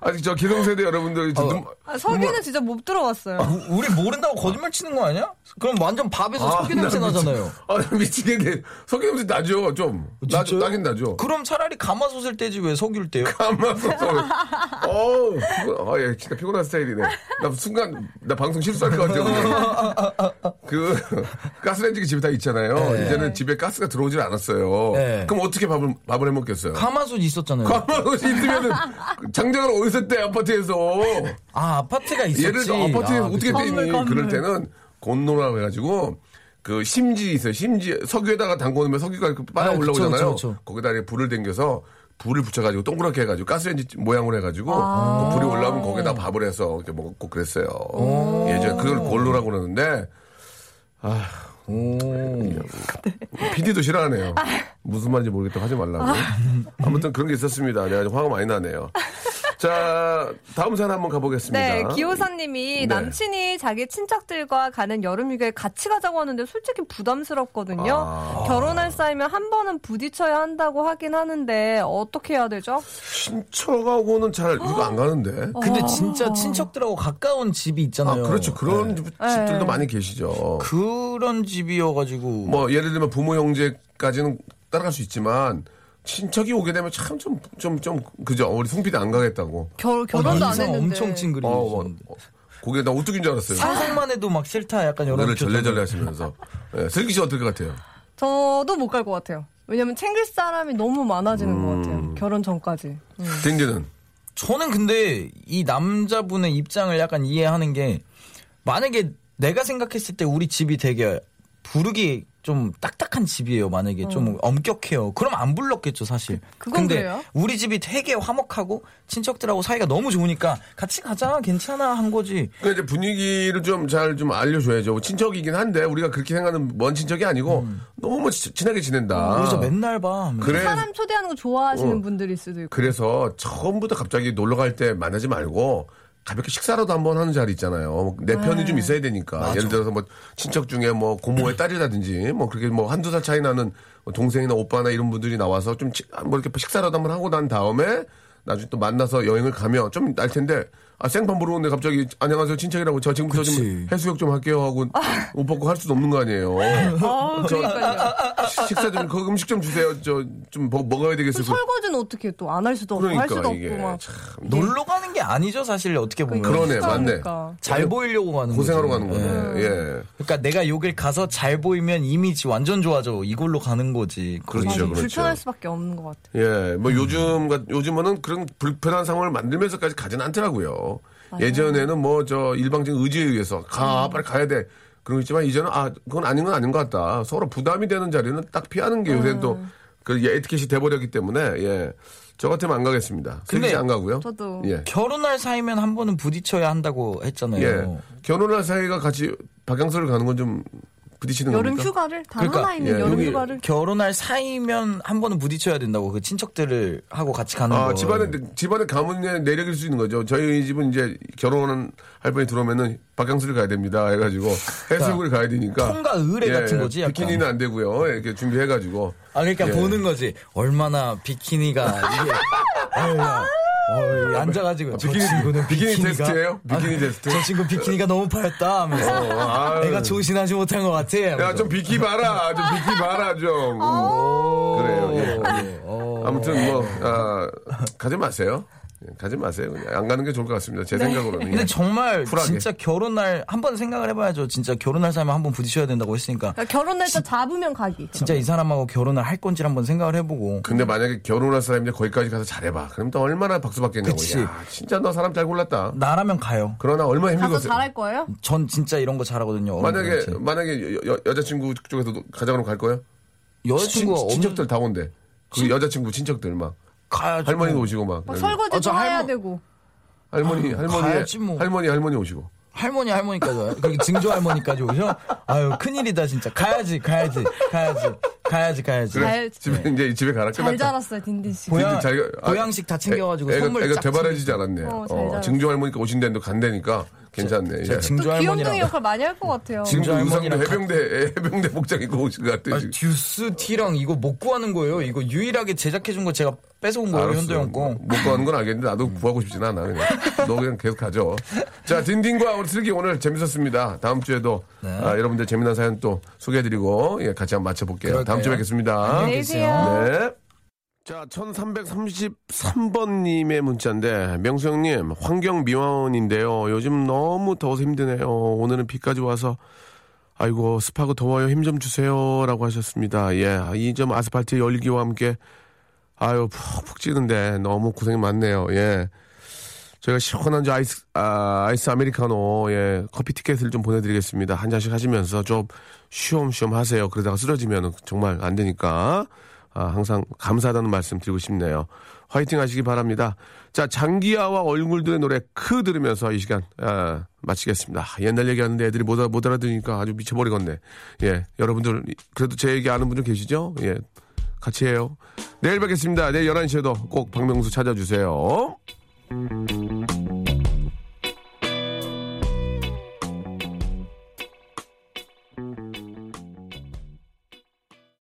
Speaker 2: 아직 저 기성세대 여러분들
Speaker 6: 어.
Speaker 2: 지금 눈-
Speaker 5: 아, 석유는 진짜 못 들어봤어요.
Speaker 6: 우- 우리 모른다고 거짓말 치는 거 아니야? 그럼 완전 밥에서
Speaker 2: 아,
Speaker 6: 석유 냄새
Speaker 2: 나 미치-
Speaker 6: 나잖아요.
Speaker 2: 아, 나 미치겠네. 석유 냄새 나죠, 좀. 나,
Speaker 6: 진짜요?
Speaker 2: 나긴 나죠.
Speaker 6: 그럼 차라리 가마솥을 떼지 왜 석유를 떼요?
Speaker 2: 가마솥. 어우, 피곤- 아, 예, 진짜 피곤한 스타일이네. 나 순간, 나 방송 실수할 것 같아요. 오늘. 그, 가스레인지가 집에 다 있잖아요. 이제는 집에 가스가 들어오질 않았어요.
Speaker 6: 네.
Speaker 2: 그럼 어떻게 밥을, 밥을 해 먹겠어요? 그
Speaker 6: 가마솥 있었잖아요.
Speaker 2: 가마솥이 있으면은 장작을 어디서 떼, 아파트에서.
Speaker 6: 아 아파트가 있었지.
Speaker 2: 얘를 또 아파트에서
Speaker 6: 아,
Speaker 2: 어떻게
Speaker 6: 그쵸.
Speaker 2: 떼니? 그럴 때는 곤노라고 해가지고 그 심지 있어요. 심지 석유에다가 담궈 놓으면 석유가 이렇게 빨아
Speaker 6: 아, 그쵸,
Speaker 2: 올라오잖아요.
Speaker 6: 그쵸, 그쵸.
Speaker 2: 거기다 이렇게 불을 당겨서 불을 붙여가지고 동그랗게 해가지고 가스레인지 모양으로 해가지고 그 불이 올라오면 거기다 밥을 해서 이렇게 먹고 그랬어요. 예전에 그걸 골로라고 그러는데
Speaker 6: 오.
Speaker 2: PD도 싫어하네요. 무슨 말인지 모르겠다고 하지 말라고. 아무튼 그런 게 있었습니다. 내가 좀 화가 많이 나네요. 자, 다음 사연 한번 가보겠습니다.
Speaker 5: 네, 기호사님이
Speaker 2: 네.
Speaker 5: 남친이 자기 친척들과 가는 여름휴가에 같이 가자고 하는데 솔직히 부담스럽거든요.
Speaker 2: 아.
Speaker 5: 결혼할 사이면 한 번은 부딪혀야 한다고 하긴 하는데 어떻게 해야 되죠?
Speaker 2: 친척하고는 잘 이거 안 가는데.
Speaker 5: 아.
Speaker 6: 근데 진짜 친척들하고 가까운 집이
Speaker 2: 아,
Speaker 6: 있잖아요.
Speaker 2: 그렇죠. 그런 집- 집들도
Speaker 5: 네.
Speaker 2: 많이 계시죠.
Speaker 6: 그런 집이어가지고
Speaker 2: 뭐, 예를 들면 부모 형제까지는 따라갈 수 있지만, 친척이 오게 되면 참 좀, 좀, 좀, 그죠? 우리 송피디 안 가겠다고.
Speaker 5: 결,
Speaker 6: 어,
Speaker 5: 결혼도 안
Speaker 6: 인상
Speaker 5: 했는데.
Speaker 6: 엄청 찡그리고
Speaker 2: 어, 어, 어. 고개 나 오뚜기인 줄 알았어요.
Speaker 6: 상상만 해도 막 싫다 약간 이런
Speaker 2: 오늘을
Speaker 6: 표정.
Speaker 2: 절레절레 하시면서. 예, 슬기 씨 어떨 것 같아요?
Speaker 5: 저도 못 갈 것 같아요. 왜냐면 챙길 사람이 너무 많아지는 것
Speaker 2: 음.
Speaker 5: 같아요. 결혼 전까지.
Speaker 2: 네.
Speaker 5: 음.
Speaker 2: 댕기는.
Speaker 6: 저는 근데 이 남자분의 입장을 약간 이해하는 게 만약에 내가 생각했을 때 우리 집이 되게 부르기 좀 딱딱한 집이에요. 만약에 좀 엄격해요. 그럼 안 불렀겠죠, 사실.
Speaker 5: 어. 그건
Speaker 6: 근데
Speaker 5: 그래요?
Speaker 6: 우리 집이 되게 화목하고 친척들하고 사이가 너무 좋으니까 같이 가자, 괜찮아 한 거지.
Speaker 2: 그러니까 이제 분위기를 좀 잘 좀 알려줘야죠. 친척이긴 한데, 우리가 그렇게 생각하는 먼 친척이 아니고, 너무 뭐 지- 친하게 지낸다.
Speaker 6: 음. 그래서 맨날 밤.
Speaker 2: 그래,
Speaker 5: 사람 초대하는 거 좋아하시는
Speaker 2: 어.
Speaker 5: 분들일 수도 있고.
Speaker 2: 그래서 처음부터 갑자기 놀러 갈 때 만나지 말고 가볍게 식사라도 한번 하는 자리 있잖아요. 뭐 내 편이
Speaker 5: 네.
Speaker 2: 좀 있어야 되니까. 예를 들어서 뭐 친척 중에 뭐
Speaker 6: 네.
Speaker 2: 고모의 딸이라든지 뭐 그렇게 뭐 한두 살 차이 나는 뭐 동생이나 오빠나 이런 분들이 나와서 좀 뭐 이렇게 식사라도 한번 하고 난 다음에 나중에 또 만나서 여행을 가면 좀 날 텐데 아 생판 모르는데 갑자기 안녕하세요 친척이라고 저 지금 저 좀
Speaker 6: 그치.
Speaker 2: 해수욕 좀 할게요 하고 옷 벗고 할 수도 없는 거 아니에요.
Speaker 5: 아, 그러니까요.
Speaker 2: 시- 식사 좀 그 음식 좀 주세요. 저 좀 먹어야
Speaker 5: 그
Speaker 2: 되겠어요.
Speaker 5: 설거지는 어떻게 또 안 할 수도 없고
Speaker 2: 그러니까
Speaker 5: 할 수도
Speaker 2: 이게
Speaker 5: 없고 막.
Speaker 2: 참
Speaker 6: 놀러 가는 게 아니죠, 사실 어떻게 보면.
Speaker 2: 그러네.
Speaker 5: 식사하니까.
Speaker 2: 맞네.
Speaker 6: 음. 잘 보이려고 가는
Speaker 2: 고생하러
Speaker 6: 거죠.
Speaker 2: 가는 거네. 예.
Speaker 6: 그러니까 내가 여길 가서 잘 보이면 이미지 완전 좋아져. 이걸로 가는 거지.
Speaker 2: 그렇죠,
Speaker 5: 맞아,
Speaker 2: 그렇죠.
Speaker 5: 불편할 수밖에 없는 것 같아요.
Speaker 2: 예, 뭐 요즘, 같- 요즘은 그런 불편한 상황을 만들면서까지 가진 않더라고요. 예전에는 뭐 저 일방적인 의지에 의해서 가,
Speaker 5: 음.
Speaker 2: 빨리 가야 돼. 그런 거 있지만 이제는 아, 그건 아닌 건 아닌 것 같다. 서로 부담이 되는 자리는 딱 피하는 게 요새
Speaker 5: 음.
Speaker 2: 또그 에티켓이 돼버렸기 때문에 예. 저 같으면 안 가겠습니다.
Speaker 6: 근데
Speaker 2: 슬기 씨안 가고요.
Speaker 5: 저도.
Speaker 2: 예.
Speaker 6: 네. 결혼할 사이면 한 번은 부딪혀야 한다고 했잖아요.
Speaker 2: 예. 결혼할 사이가 같이 박양서를 가는 건 좀 부딪히는
Speaker 5: 여름
Speaker 2: 겁니까?
Speaker 5: 휴가를 다
Speaker 6: 그러니까,
Speaker 5: 하나 있는
Speaker 2: 예,
Speaker 5: 여름
Speaker 2: 여기
Speaker 5: 휴가를
Speaker 6: 결혼할 사이면 한 번은 부딪혀야 된다고 그 친척들을 하고 같이 가는
Speaker 2: 아,
Speaker 6: 거.
Speaker 2: 집안에, 집안에 가문의 내력일 수 있는 거죠. 저희 집은 이제 결혼하는 할머니 들어오면은 박양수를 가야 됩니다. 해가지고 해수욕을 가야 되니까. 예,
Speaker 6: 통과 의뢰 같은 거지, 약간.
Speaker 2: 비키니는 안 되고요. 예, 이렇게 준비해가지고.
Speaker 6: 아 그러니까
Speaker 2: 예.
Speaker 6: 보는 거지. 얼마나 비키니가 이게 얼마 어이, 앉아가지고 저 친구는
Speaker 2: 비키니
Speaker 6: 비키니가
Speaker 2: 테스트예요? 비키니
Speaker 6: 아,
Speaker 2: 테스트?
Speaker 6: 저 친구 비키니가 너무 밝다 하면서
Speaker 2: 어, 아유.
Speaker 6: 내가 조신하지 못한 것 같아.
Speaker 2: 야,
Speaker 6: 하면서.
Speaker 2: 좀 비키 봐라. 좀 비키 봐라, 좀. 음. 그래요. 예.
Speaker 6: 어,
Speaker 2: 아무튼 뭐, 아, 가지 마세요. 예, 가지 마세요. 그냥 안 가는 게 좋을 것 같습니다. 제 생각으로는.
Speaker 6: 네. 근데
Speaker 2: 예.
Speaker 6: 정말
Speaker 2: 쿨하게.
Speaker 6: 진짜 결혼날 한 번 생각을 해봐야죠. 진짜 결혼할 사람을 한번 부딪혀야 된다고 했으니까
Speaker 5: 그러니까 결혼 날짜 잡으면 가기.
Speaker 6: 진짜 이 사람하고 결혼을 할 건지 를 한번 생각을 해보고
Speaker 2: 근데 만약에 결혼할 사람인데 거기까지 가서 잘해봐. 그럼 또 얼마나 박수 받겠냐고.
Speaker 6: 그치.
Speaker 2: 야, 진짜 너 사람 잘 골랐다.
Speaker 6: 나라면 가요.
Speaker 2: 그러나 얼마나
Speaker 5: 가서
Speaker 2: 힘들겠어요.
Speaker 5: 잘할 거예요?
Speaker 6: 전 진짜 이런 거 잘하거든요.
Speaker 2: 만약에
Speaker 6: 어른들한테.
Speaker 2: 만약에 여, 자친구 쪽에서 가자고 하면 갈 거예요?
Speaker 6: 여자친구가
Speaker 2: 친-
Speaker 6: 없는
Speaker 2: 친척들 다 온대. 그 여자친구 친척들 막
Speaker 6: 가야죠.
Speaker 2: 할머니도 오시고 막
Speaker 5: 뭐
Speaker 2: 그래가지고.
Speaker 6: 아,
Speaker 5: 설거지도
Speaker 6: 저
Speaker 5: 해야
Speaker 6: 할머-
Speaker 5: 되고.
Speaker 2: 할머니 할머니
Speaker 6: 가야지 뭐.
Speaker 2: 할머니 할머니 오시고
Speaker 6: 할머니 할머니까지 와요. 그리고 증조 할머니까지 오셔. 아유 큰일이다 진짜. 가야지 가야지 가야지 가야지 가야지.
Speaker 2: 그래
Speaker 5: 잘-
Speaker 2: 집에 이제 집에 가라
Speaker 5: 잘
Speaker 2: 끝났다.
Speaker 5: 자랐어요, 딘딘 씨.
Speaker 6: 고양-
Speaker 2: 이제 자기가- 아,
Speaker 6: 네. 보양식 다 챙겨가지고
Speaker 2: 애가,
Speaker 6: 선물
Speaker 2: 애가
Speaker 6: 쫙
Speaker 2: 대바라지지 않았네.
Speaker 5: 어, 잘
Speaker 2: 어,
Speaker 5: 자랐어.
Speaker 2: 증조 할머니가 오신다는데 간다니까 괜찮네.
Speaker 6: 제가
Speaker 2: 예.
Speaker 5: 또
Speaker 6: 증조
Speaker 5: 귀염둥이
Speaker 6: 할머니랑
Speaker 5: 역할 많이 할 것 같아요.
Speaker 2: 지금도
Speaker 6: 증조
Speaker 2: 의상도
Speaker 6: 할머니랑
Speaker 2: 해병대 예, 해병대 복장 입고 오신 것 같아.
Speaker 6: 아,
Speaker 2: 지금.
Speaker 6: 듀스 티랑 이거 못 구하는 거예요. 이거 유일하게 제작해준 거 제가 뺏어온 거예요.
Speaker 2: 알았어.
Speaker 6: 뭐 현도 형 거.
Speaker 2: 못 뭐, 구하는 건 알겠는데 나도 구하고 싶진 않아. 그냥. 너 그냥 계속 가져. 자, 딘딘과 우리 슬기 오늘 재밌었습니다. 다음 주에도
Speaker 6: 네.
Speaker 2: 아, 여러분들 재미난 사연 또 소개해드리고 예, 같이 한번 맞춰볼게요. 다음
Speaker 6: 그럴까요?
Speaker 2: 주에 뵙겠습니다.
Speaker 5: 안녕히 계세요.
Speaker 2: 네. 자, 1333번님의 문자인데, 명수형님, 환경미화원인데요. 요즘 너무 더워서 힘드네요. 오늘은 비까지 와서, 아이고, 습하고 더워요. 힘 좀 주세요. 라고 하셨습니다. 예, 이 점 아스팔트 열기와 함께, 아유, 푹푹 찌는데 너무 고생이 많네요. 예. 저희가 시원한 저 아이스, 아, 아이스 아메리카노, 예, 커피 티켓을 좀 보내드리겠습니다. 한 잔씩 하시면서 좀 쉬엄쉬엄 하세요. 그러다가 쓰러지면 정말 안 되니까. 아, 항상 감사하다는 말씀 드리고 싶네요. 화이팅 하시기 바랍니다. 자, 장기하와 얼굴들의 노래 크 들으면서 이 시간, 아, 마치겠습니다. 아, 옛날 얘기하는데 애들이 못, 알아- 못 알아들으니까 아주 미쳐버리겠네. 예, 여러분들, 그래도 제 얘기 아는 분들 계시죠? 예, 같이 해요. 내일 뵙겠습니다. 내일 11시에도 꼭 박명수 찾아주세요.